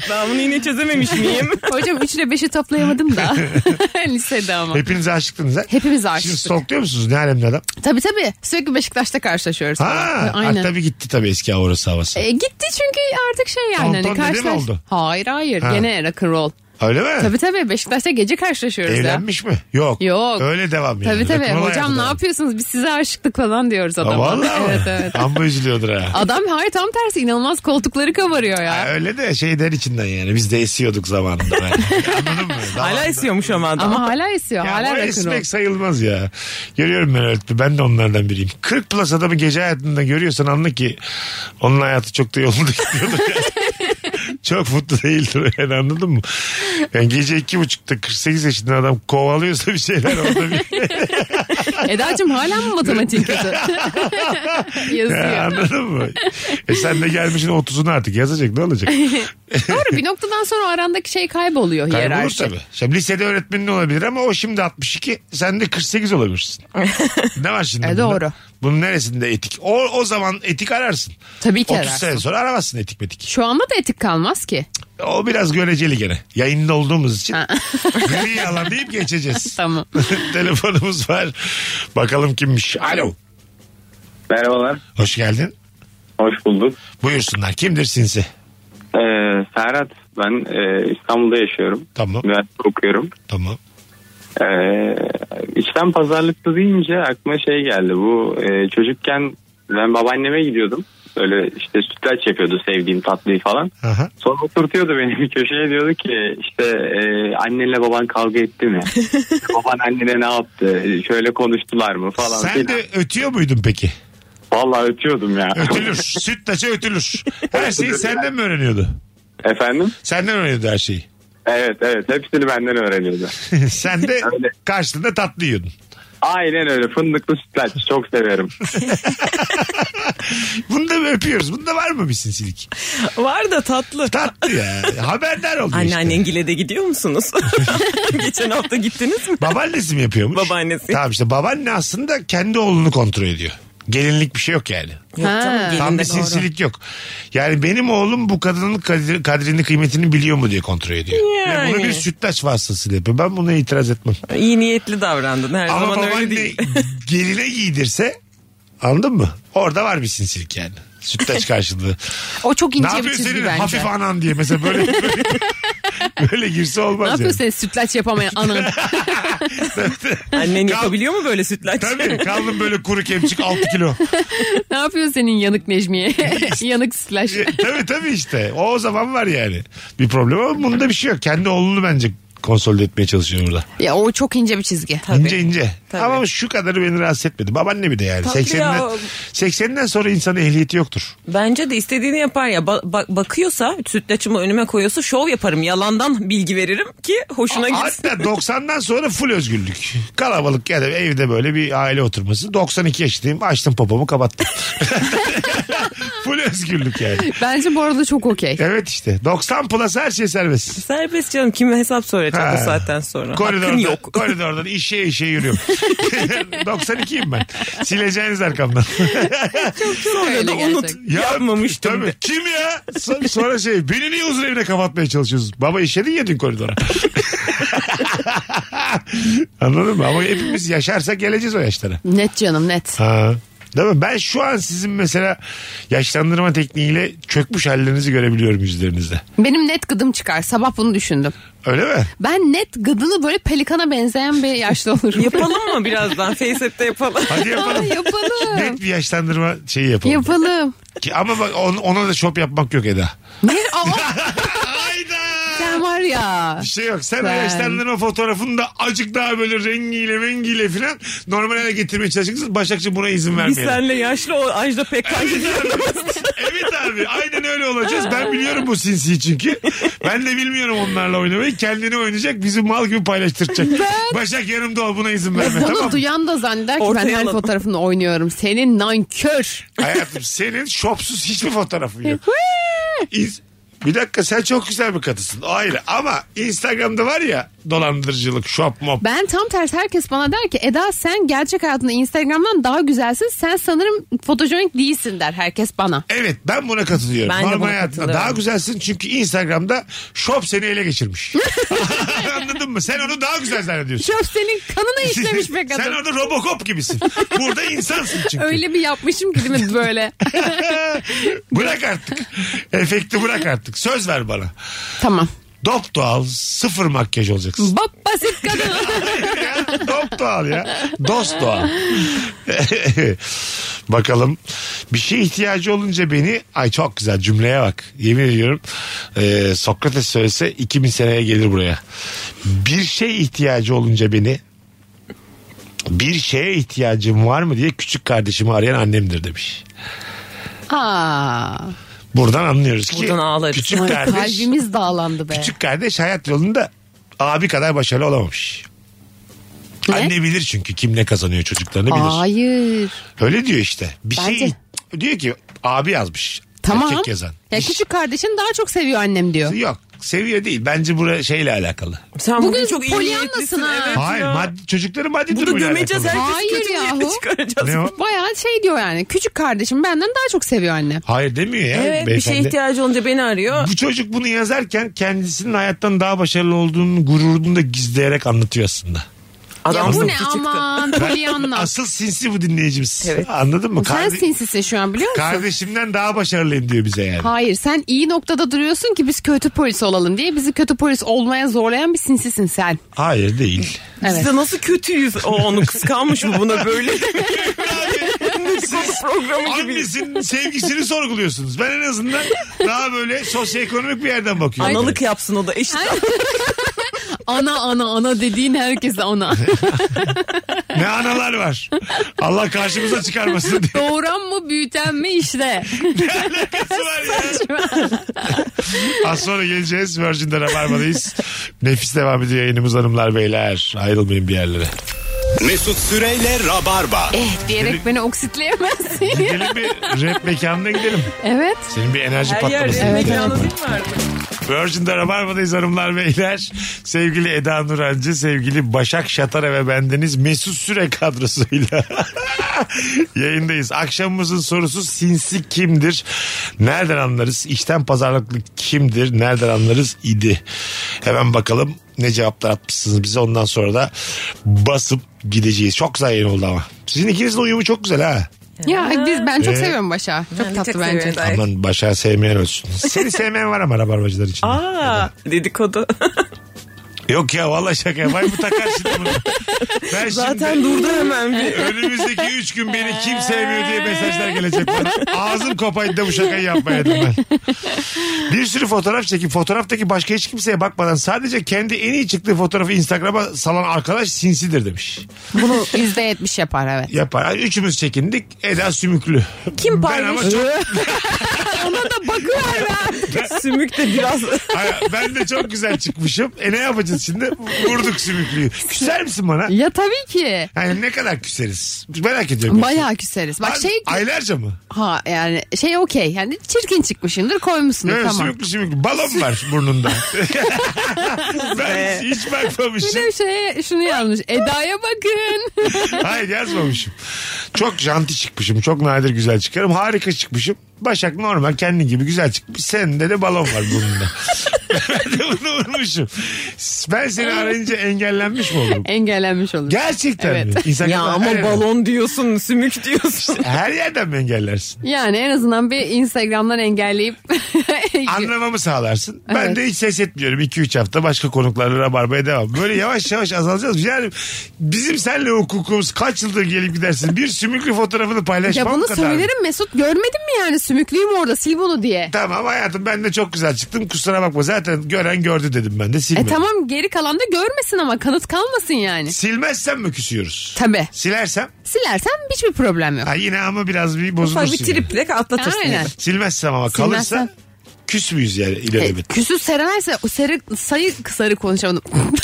E: ben bunu yine çözememiş miyim?
D: Hocam 3 ile 5'i toplayamadım da. Lisede ama.
C: Hepiniz aşıktınız ha?
D: Hepimiz
C: Şimdi
D: aşıktık.
C: stalkluyor musunuz? Ne alemde adam?
D: Tabii tabii. Sürekli Beşiktaş'ta karşılaşıyoruz.
C: Ha,
D: Aynen.
C: tabii gitti tabii eski orası havası.
D: E, gitti çünkü artık şey yani.
C: Tonton
D: hani
C: dede mi
D: karşılaş...
C: oldu?
D: Hayır hayır.
C: Ha.
D: Gene rock'n'roll.
C: Öyle mi?
D: Tabii tabii Beşiktaş'ta gece karşılaşıyoruz ya.
C: Evlenmiş mi? Yok.
D: Yok.
C: Öyle devam yani.
D: Tabii tabii.
C: Rock'n'roll hayatı
D: Hocam ne
C: devam.
D: yapıyorsunuz? Biz size aşıktık falan diyoruz
C: Ha,
D: adama.
C: Vallahi
D: evet
C: evet,
D: evet.
C: Amma üzülüyordur ha.
D: Adam hayır tam tersi inanılmaz koltukları kabarıyor ya.
C: Ha, Öyle de şeyden içinden yani biz de esiyorduk zamanında. Yani. Anladın mı?
E: Hala
C: Zamanında-
E: esiyormuş ama adam.
D: Ama hala esiyor.
C: Ya
D: hala
C: o
D: rock'n'roll.
C: esmek sayılmaz ya. Görüyorum ben öyle. Ben de onlardan biriyim. 40 plus adamı gece hayatında görüyorsan anla ki onun hayatı çok da yolunda gidiyordu. çok mutlu değildir yani anladın mı? Yani gece iki buçukta 48 yaşında adam kovalıyorsa bir şeyler orada bir
D: Eda'cığım hala mı matematik kötü?
C: Ya
D: Yazıyor.
C: anladın mı? E sen de gelmişsin 30'una artık yazacak ne olacak?
D: Doğru bir noktadan sonra arandaki şey kayboluyor
C: Kaybolur
D: hiyerarşi.
C: tabii. Şimdi lisede öğretmenin olabilir ama o şimdi 62 sen de 48 olabilirsin. ne var şimdi?
D: E,
C: bunda?
D: doğru.
C: Bunun neresinde etik? O, o zaman etik ararsın.
D: Tabii ki
C: 30
D: ararsın.
C: sene sonra aramazsın etik metik.
D: Şu anda da etik kalmaz ki.
C: O biraz göreceli gene. Yayında olduğumuz için.
D: Ha.
C: Gri yalan deyip geçeceğiz.
D: Tamam.
C: Telefonumuz var. Bakalım kimmiş. Alo.
J: Merhabalar.
C: Hoş geldin.
K: Hoş bulduk.
C: Buyursunlar. Kimdir sinsi?
K: Ee, Ferhat ben e, İstanbul'da yaşıyorum.
C: Tamam.
K: Üniversite okuyorum.
C: Tamam.
K: Ee, içten pazarlıklı deyince aklıma şey geldi. Bu e, çocukken ben babaanneme gidiyordum. Öyle işte sütlaç yapıyordu sevdiğim tatlıyı falan.
C: Aha.
K: Sonra oturtuyordu beni bir köşeye diyordu ki işte e, annenle baban kavga etti mi? baban annene ne yaptı? Şöyle konuştular mı falan.
C: Sen de ötüyor muydun peki?
K: Vallahi ötüyordum ya.
C: Ötülür. Sütlaça ötülür. Her şeyi senden mi öğreniyordu?
K: Efendim?
C: Senden öğreniyordu her şeyi.
K: Evet evet hepsini benden öğreniyordu.
C: Sen de karşılığında tatlı yiyordun.
K: Aynen öyle fındıklı sütlaç çok severim.
C: Bunu da mı öpüyoruz? Bunda var mı bir sinsilik?
E: Var da tatlı.
C: Tatlı ya. Haberdar oluyor işte.
E: Anneannengile de gidiyor musunuz? Geçen hafta gittiniz mi?
C: Babaannesi mi yapıyormuş?
E: Babaannesi.
C: Tamam işte babaanne aslında kendi oğlunu kontrol ediyor. Gelinlik bir şey yok yani.
E: Yok canım, gelin
C: Tam
E: de
C: bir
E: doğru.
C: sinsilik yok. Yani benim oğlum bu kadının kadri- kadrini kıymetini biliyor mu diye kontrol ediyor. Ve bunu
E: Yani.
C: bir sütlaç vasıtasıyla yapıyor. Ben buna itiraz etmem.
E: İyi niyetli davrandın her
C: Ama
E: E, zaman öyle
C: babaanne
E: değil.
C: geline giydirse anladın mı? Orada var bir sinsilik yani. Sütlaç karşılığı.
D: O çok
C: ne
D: ince bir
C: yapıyorsun
D: çizgi
C: senin
D: bence.
C: hafif anan diye mesela böyle böyle, böyle girse
D: ne
C: olmaz yani.
D: yapıyorsun sen sütlaç yapamayan anan?
E: Annen
C: Kal-
E: yapabiliyor mu böyle sütlaç?
C: Tabii kaldım böyle kuru kemçik 6 kilo.
D: ne yapıyorsun senin yanık Necmiye? yanık sütlaç.
C: E, tabii tabii işte. O, o zaman var yani. Bir problem ama bunda bir şey yok. Kendi oğlunu bence konsolide etmeye çalışıyor burada.
D: ya o çok ince bir çizgi.
C: İnce ince.
E: Tabii.
C: Ama şu kadarı beni rahatsız etmedi. Babaanne bir de yani.
E: Tatlı
C: 80'den,
E: ya.
C: 80'den sonra insanın ehliyeti yoktur.
E: Bence de istediğini yapar ya. Ba- ba- bakıyorsa sütlaçımı önüme koyuyorsa şov yaparım. Yalandan bilgi veririm ki hoşuna gitsin.
C: Hatta 90'dan sonra full özgürlük. Kalabalık ya da evde böyle bir aile oturması. 92 yaşındayım. Açtım popomu kapattım. full özgürlük yani.
D: Bence bu arada çok okey.
C: Evet işte. 90 plus her şey serbest.
E: Serbest canım kime hesap soracak
C: Ha.
E: bu saatten sonra. Hakkın
C: Koridorda,
E: yok.
C: koridordan işe işe yürüyorum. 92'yim ben. Sileceğiniz arkamdan.
E: Sonra da
D: Öyle
E: unut.
D: gerçek.
C: Ya,
E: Yapmamıştım.
C: Tabii. Kim ya? So- Sonra şey beni niye huzur evine kapatmaya çalışıyorsunuz? Baba işedin ya dün koridora. Anladın mı? Ama hepimiz yaşarsak geleceğiz o yaşlara.
D: Net canım net.
C: Ha. Ee, Değil mi? Ben şu an sizin mesela yaşlandırma tekniğiyle çökmüş hallerinizi görebiliyorum yüzlerinizde.
D: Benim net gıdım çıkar. Sabah bunu düşündüm.
C: Öyle mi?
D: Ben net gıdını böyle pelikana benzeyen bir yaşlı olurum.
E: Yapalım mı birazdan? Faceapp'te yapalım.
C: Hadi yapalım.
D: Aa, yapalım.
C: Net bir yaşlandırma şeyi yapalım.
D: yapalım.
C: Ki- Ama bak on- ona da şop yapmak yok Eda.
D: Ne? Aa,
C: Hayda.
D: sen var ya.
C: Bir şey yok. Sen
D: Ben-
C: ben... yaşlandırma fotoğrafını da acık daha böyle rengiyle mengiyle filan normal hale getirmeye çalışacaksın. Başakçı buna izin
E: Biz
C: vermeyelim.
E: senle yaşlı o Ajda Pekkan gibi.
C: evet abi aynen öyle olacağız. Ben biliyorum bu sinsi çünkü. Ben de bilmiyorum onlarla oynamayı. Kendini oynayacak bizi mal gibi paylaştıracak. Başak yanımda ol buna izin verme
D: Bunu
C: tamam mı?
D: duyan da zanneder ki
E: Ortaya
D: ben her
E: alalım.
D: fotoğrafını oynuyorum. Senin nankör.
C: Hayatım senin şopsuz hiçbir fotoğrafın yok. İz- bir dakika sen çok güzel bir kadısın. O ayrı ama Instagram'da var ya dolandırıcılık, şop mop.
D: Ben tam tersi herkes bana der ki Eda sen gerçek hayatında Instagram'dan daha güzelsin. Sen sanırım fotojenik değilsin der herkes bana.
C: Evet ben buna katılıyorum.
E: Ben de
C: Normal
E: buna
C: hayatında
E: katılıyorum.
C: daha güzelsin çünkü Instagram'da şop seni ele geçirmiş. Anladın mı? Sen onu daha güzel zannediyorsun.
D: Şöp senin kanını işlemiş be
C: Sen
D: kadın.
C: orada Robocop gibisin. Burada insansın çünkü.
D: Öyle bir yapmışım ki değil mi böyle?
C: bırak artık. Efekti bırak artık. Söz ver bana.
D: tamam.
C: Dop doğal sıfır makyaj olacaksın.
D: Bap basit kadın.
C: Ya, Dop doğal ya. Dost doğal. Bakalım. Bir şeye ihtiyacı olunca beni ay çok güzel cümleye bak. Yemin ediyorum Ee, Sokrates söylese 2000 seneye gelir buraya. Bir şeye ihtiyacı olunca beni bir şeye ihtiyacım var mı diye küçük kardeşimi arayan annemdir demiş.
D: Aa,
C: Buradan anlıyoruz ki
E: Buradan ağlarız.
C: küçük kardeş
D: kalbimiz dağlandı be.
C: küçük kardeş hayat yolunda abi kadar başarılı olamamış.
D: Ne?
C: Anne bilir çünkü kim ne kazanıyor çocuklarını bilir.
D: Hayır.
C: Öyle diyor işte. Bir şey
D: Bence.
C: diyor ki abi yazmış.
D: Tamam.
C: Erkek yazan.
D: Ya küçük kardeşin daha çok seviyor annem diyor.
C: Yok seviyor değil. Bence buraya şeyle alakalı.
E: Sen
D: Bugün
E: bugün, çok iyi
D: polyanlasın
E: niyetlisin.
D: ha.
E: Evet
C: Hayır
E: ya.
C: maddi, çocukların maddi
E: Bunu
C: durumuyla
E: gömeceğiz
C: alakalı.
E: herkesi
D: Hayır
E: kötü bir
D: yahu.
E: yere çıkaracağız.
C: Ne o?
D: Bayağı şey diyor yani. Küçük kardeşim benden daha çok seviyor annem.
C: Hayır demiyor ya
E: Evet bir şeye
C: beyefendi.
E: ihtiyacı olunca beni arıyor.
C: Bu çocuk bunu yazarken kendisinin hayattan daha başarılı olduğunu gururunu da gizleyerek anlatıyor aslında.
D: ya bu ne aman Pollyanna.
C: Asıl sinsi bu dinleyicimiz. Anladın mı?
D: Sen
C: Karde-
D: sinsisin şu an biliyor musun?
C: Kardeşimden daha başarılıyım diyor bize yani.
D: Hayır sen iyi noktada duruyorsun ki biz kötü polis olalım diye bizi kötü polis olmaya zorlayan bir sinsisin sen.
C: Hayır değil.
D: Evet.
E: Biz de nasıl kötüyüz? O onu kıskanmış mı buna böyle?
C: Siz
E: programı gibi.
C: annesinin sevgisini sorguluyorsunuz. Ben en azından daha böyle sosyoekonomik bir yerden bakıyorum.
E: Analık yapsın o da eşit.
D: ana ana ana dediğin herkese ana.
C: Hani Ne analar var. Allah karşımıza çıkarmasın diye.
D: Doğuran mı büyüten mi işte.
C: Az sonra geleceğiz. Virgin'de Rabarba'dayız. Nefis devam ediyor yayınımız hanımlar beyler. Ayrılmayın bir yerlere.
B: Mesut Süreyle Rabarba.
D: Eh diyerek beni oksitleyemezsin ya.
C: Gidelim bir rap mekanına gidelim.
D: Evet.
C: Senin bir enerji patlaması.
E: değil mi artık?
C: Virgin'de Rabarba'dayız hanımlar beyler. Sevgili Eda Nurancı, sevgili Başak Şatara ve bendeniz Mesut Süre kadrosuyla yayındayız. Akşamımızın sorusu sinsi kimdir? Nereden anlarız? İçten pazarlıklı kimdir? Nereden anlarız? idi. Hemen bakalım ne cevaplar atmışsınız bize. Ondan sonra da basıp gideceğiz. Çok güzel yayın oldu ama. Sizin ikinizin uyumu çok güzel ha.
D: Ya biz ben çok
C: Ee?
D: seviyorum Başa. Çok
E: Ben de
D: tatlı
E: çok
D: bence.
E: seviyorum. Ay.
C: Aman Başak'ı sevmeyen ölsün. Seni sevmeyen var ama rabarbacılar için.
E: Aa, dedikodu.
C: Yok ya valla şaka yapar bu takar şimdi bunu. Ben
E: Zaten
C: şimdi
E: durdu hemen bir.
C: önümüzdeki 3 gün beni kim sevmiyor diye mesajlar gelecek bana. Ağzım kopaydı da bu şakayı yapmayaydım ben. Bir sürü fotoğraf çekip fotoğraftaki başka hiç kimseye bakmadan sadece kendi en iyi çıktığı fotoğrafı Instagram'a salan arkadaş sinsidir demiş.
D: Bunu yüzde yetmiş yapar evet.
C: Yapar. Yani Üçümüz çekindik. Eda sümüklü.
E: Kim
C: Ben ama
E: paylaşıyor?
C: çok,
D: Ona da bakıyor
E: Sümük de biraz
C: Hayır, ben de çok güzel çıkmışım. E ne yapacağız şimdi? Vurduk sümüklüyü. Küser misin bana?
D: Ya tabii ki.
C: Yani ne kadar küseriz? Merak ediyorum.
D: Bayağı küseriz. Bak
C: Ay-
D: şey
C: Aylarca mı?
D: ha yani şey okey. Yani çirkin çıkmışındır koymuşsundur
C: Evet,
D: tamam.
C: sümüklü sümüklü. Balon var burnunda. ben hiç, hiç
D: Ee, Bir
C: bakmamışım.
D: de şeye şunu yazmış. Eda'ya bakın.
C: Hayır yazmamışım. Çok janti çıkmışım. Çok nadir güzel çıkarım. Harika çıkmışım. Başak normal kendi gibi güzel çıkmış. Sende de balon var burnunda. ben de bunu vurmuşum. Ben seni arayınca engellenmiş mi olurum?
D: Engellenmiş olur.
C: Gerçekten
D: Evet.
C: mi? İnsan
E: ya ama
C: her yerden-
E: balon diyorsun, sümük diyorsun.
C: Her yerden mi engellersin?
D: Yani en azından bir Instagram'dan engelleyip
C: Anlamamı sağlarsın. Ben
D: Evet.
C: de hiç ses etmiyorum. 2-3 hafta başka konuklarla rabarbaya devam. Böyle yavaş yavaş azalacağız. Yani bizim seninle hukukumuz kaç yıldır gelip gidersin. Bir sümüklü fotoğrafını paylaşmam
D: ya bunu
C: kadar.
D: söylerim Mesut görmedin mi yani sümüklüyüm orada sil bunu diye.
C: Tamam hayatım ben de çok güzel çıktım. Kusura bakma zaten gören gördü dedim ben de
D: E
C: silmedim.
D: tamam geri kalan da görmesin ama kanıt kalmasın yani.
C: Silmezsem mi küsüyorüz?
D: Tabii.
C: Silersem?
D: Silersen hiçbir problem yok.
C: Ha yine ama biraz bir bozulursun.
E: Ufak bir
C: yani.
E: triple atlatırsın.
D: Aynen.
C: Silmezsem ama
D: Silmezsem.
C: kalırsa küs müyüz yani
D: E,
C: ileri bir?
D: küsüz Serenay'sa o sarı, sayı, sarı konuşamadım.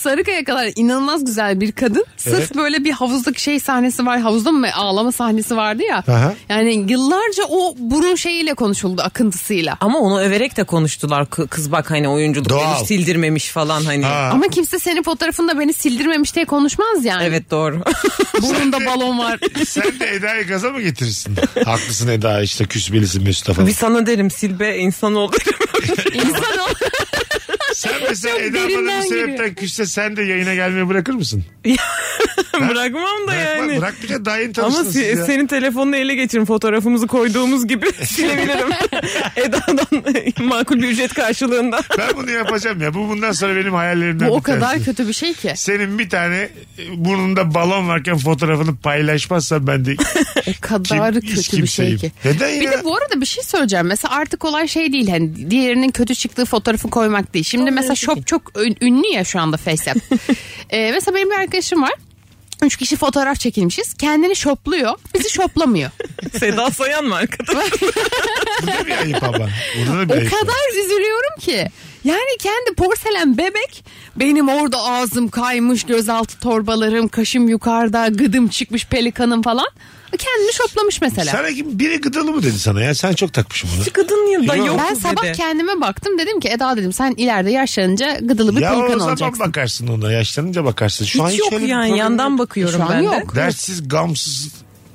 D: Sarıkaya kadar inanılmaz güzel bir kadın. Sırf
C: Evet.
D: böyle bir havuzdaki şey sahnesi var. Havuzda mı ağlama sahnesi vardı ya.
C: Aha.
D: Yani yıllarca o burun şeyiyle konuşuldu akıntısıyla.
E: Ama onu överek de konuştular. Kı- Kız bak hani oyunculuk
C: Doğal.
E: demiş, sildirmemiş falan hani.
C: Ha.
D: Ama kimse senin fotoğrafında beni sildirmemiş diye konuşmaz yani.
E: Evet doğru.
D: Burnunda balon var.
C: Sen de Eda'yı gaza mı getirirsin? Haklısın Eda işte küsmelisin Mustafa.
E: bir sana derim silbe insan ol derim.
D: İnsan ol.
C: Sen mesela
D: Çok
C: Eda bana
D: derinden
C: bir sebepten
D: giriyor.
C: küsse sen de yayına gelmeyi bırakır mısın?
E: Bırakmam da
C: Bırakma,
E: yani.
C: Bırakmayacaksın daha yeni
E: Ama
C: tanıştınız
E: si-
C: siz ya.
E: senin telefonunu ele geçirin fotoğrafımızı koyduğumuz gibi silebilirim. Eda'dan makul bir ücret karşılığında.
C: Ben bunu yapacağım ya. Bu bundan sonra benim hayallerimden
D: Bu o
C: bir tanesi.
D: kadar kötü bir şey ki.
C: Senin bir tane e, burnunda balon varken fotoğrafını paylaşmazsan ben de
D: O kadar
C: Kim- hiç
D: kötü bir şey
C: kimseyim.
D: ki.
C: Neden ya?
D: Bir de bu arada bir şey söyleyeceğim. Mesela artık olay şey değil. Hani diğerinin kötü çıktığı fotoğrafı koymak değil. Şimdi mesela şop çok ün- ünlü ya şu anda FaceApp. ee, mesela benim bir arkadaşım var. Üç kişi fotoğraf çekilmişiz. Kendini şopluyor. Bizi şoplamıyor.
E: Seda Sayan mı arkada?
C: bu da bir ayıp ama. Burada da bir
D: o
C: ayıp. var.
D: kadar üzülüyorum ki. Yani kendi porselen bebek benim orada ağzım kaymış, gözaltı torbalarım, kaşım yukarıda, gıdım çıkmış pelikanım falan. Kendini şoplamış mesela.
C: Sana kim biri gıdalı mı dedi sana ya? Sen çok takmışsın bunu.
E: Kadın ya da
C: Yok.
E: yok
D: Ben
E: dedi.
D: sabah kendime baktım dedim ki Eda dedim sen ileride yaşlanınca gıdılı bir
C: ya o
D: pelikan
C: zaman
D: olacaksın.
C: bakarsın ona. Yaşlanınca bakarsın. Şu an
E: Hiç yok
C: öyle bir
E: yani
C: problem
E: yandan
C: yok.
E: bakıyorum
D: E, Şu an
E: ben de.
D: yok.
C: Dertsiz, gamsız.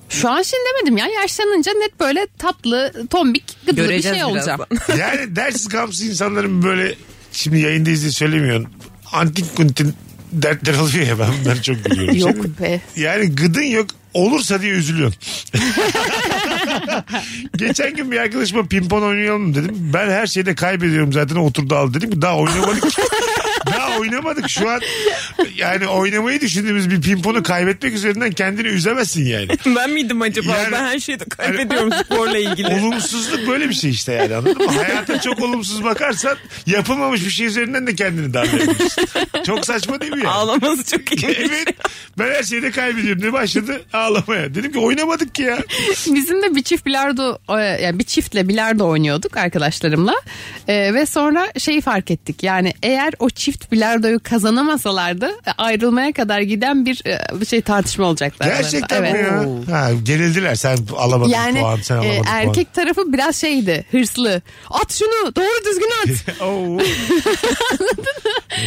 D: Şu an şimdi demedim ya yaşlanınca net böyle tatlı, tombik, gıdılı bir
E: Göreceğiz
D: şey olacağım.
C: Yani dersiz gamsız insanların böyle şimdi yayındayız diye söylemiyorum. Antik kuntin dertler oluyor ya ben bunları çok biliyorum.
D: Yok be.
C: Yani gıdın yok olursa diye üzülüyorsun. Geçen gün bir arkadaşıma pimpon oynayalım dedim. Ben her şeyde kaybediyorum zaten oturdu aldı dedim. ki, Daha oynamadık. Daha oynamadık şu an. Yani oynamayı düşündüğümüz bir pimponu kaybetmek üzerinden kendini üzemezsin yani.
E: Ben miydim acaba?
C: Yani-
E: ben her şeyi de kaybediyorum sporla ilgili.
C: Olumsuzluk böyle bir şey işte yani anladın mı? Hayata çok olumsuz bakarsan yapılmamış bir şey üzerinden de kendini darlayabilirsin. Çok saçma değil mi yani?
E: Ağlaması çok iyi.
C: evet. Ben her şeyde kaybediyorum diye başladı ağlamaya. Dedim ki oynamadık ki ya.
D: Bizim de bir çift bilardo e, yani bir çiftle bilardo oynuyorduk arkadaşlarımla E, ve sonra şeyi fark ettik yani eğer o çift bilardoyu kazanamasalardı e, ayrılmaya kadar giden bir e, bir şey tartışma olacaklar. aralarında.
C: Gerçekten mi
D: Evet.
C: ya? Ha, gerildiler sen alamadın
D: Yani
C: puan sen
D: e,
C: alamadın puan.
D: erkek tarafı biraz şeydi hırslı at şunu doğru düzgün at.
C: Oo.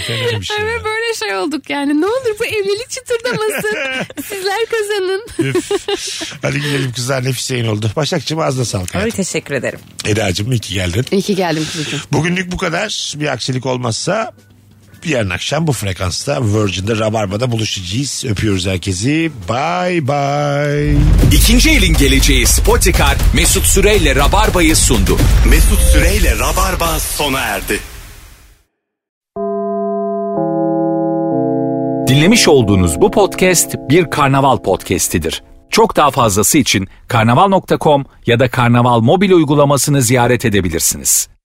C: Fena bir şey ya.
D: Ve böyle şey olduk yani ne olur bu evlilik çıtırdamasın sizler kazanın.
C: Üf. Hadi gidelim kızlar nefis yayın oldu. Başakçığım ağzına sağlık.
E: Ay,
C: hayatım.
E: teşekkür ederim.
C: Eda'cığım iyi ki geldin.
D: İyi ki geldim kuzucuğum.
C: Bugünlük bu kadar. Bir aksilik olmazsa yarın akşam bu frekansta Virgin'de Rabarba'da buluşacağız. Öpüyoruz herkesi. Bye bye.
A: İkinci elin geleceği Spotikar Mesut Süreyle Rabarba'yı sundu.
B: Mesut Süreyle Rabarba sona erdi.
A: Dinlemiş olduğunuz bu podcast bir karnaval podcastidir. Çok daha fazlası için karnaval.com ya da karnaval mobil uygulamasını ziyaret edebilirsiniz.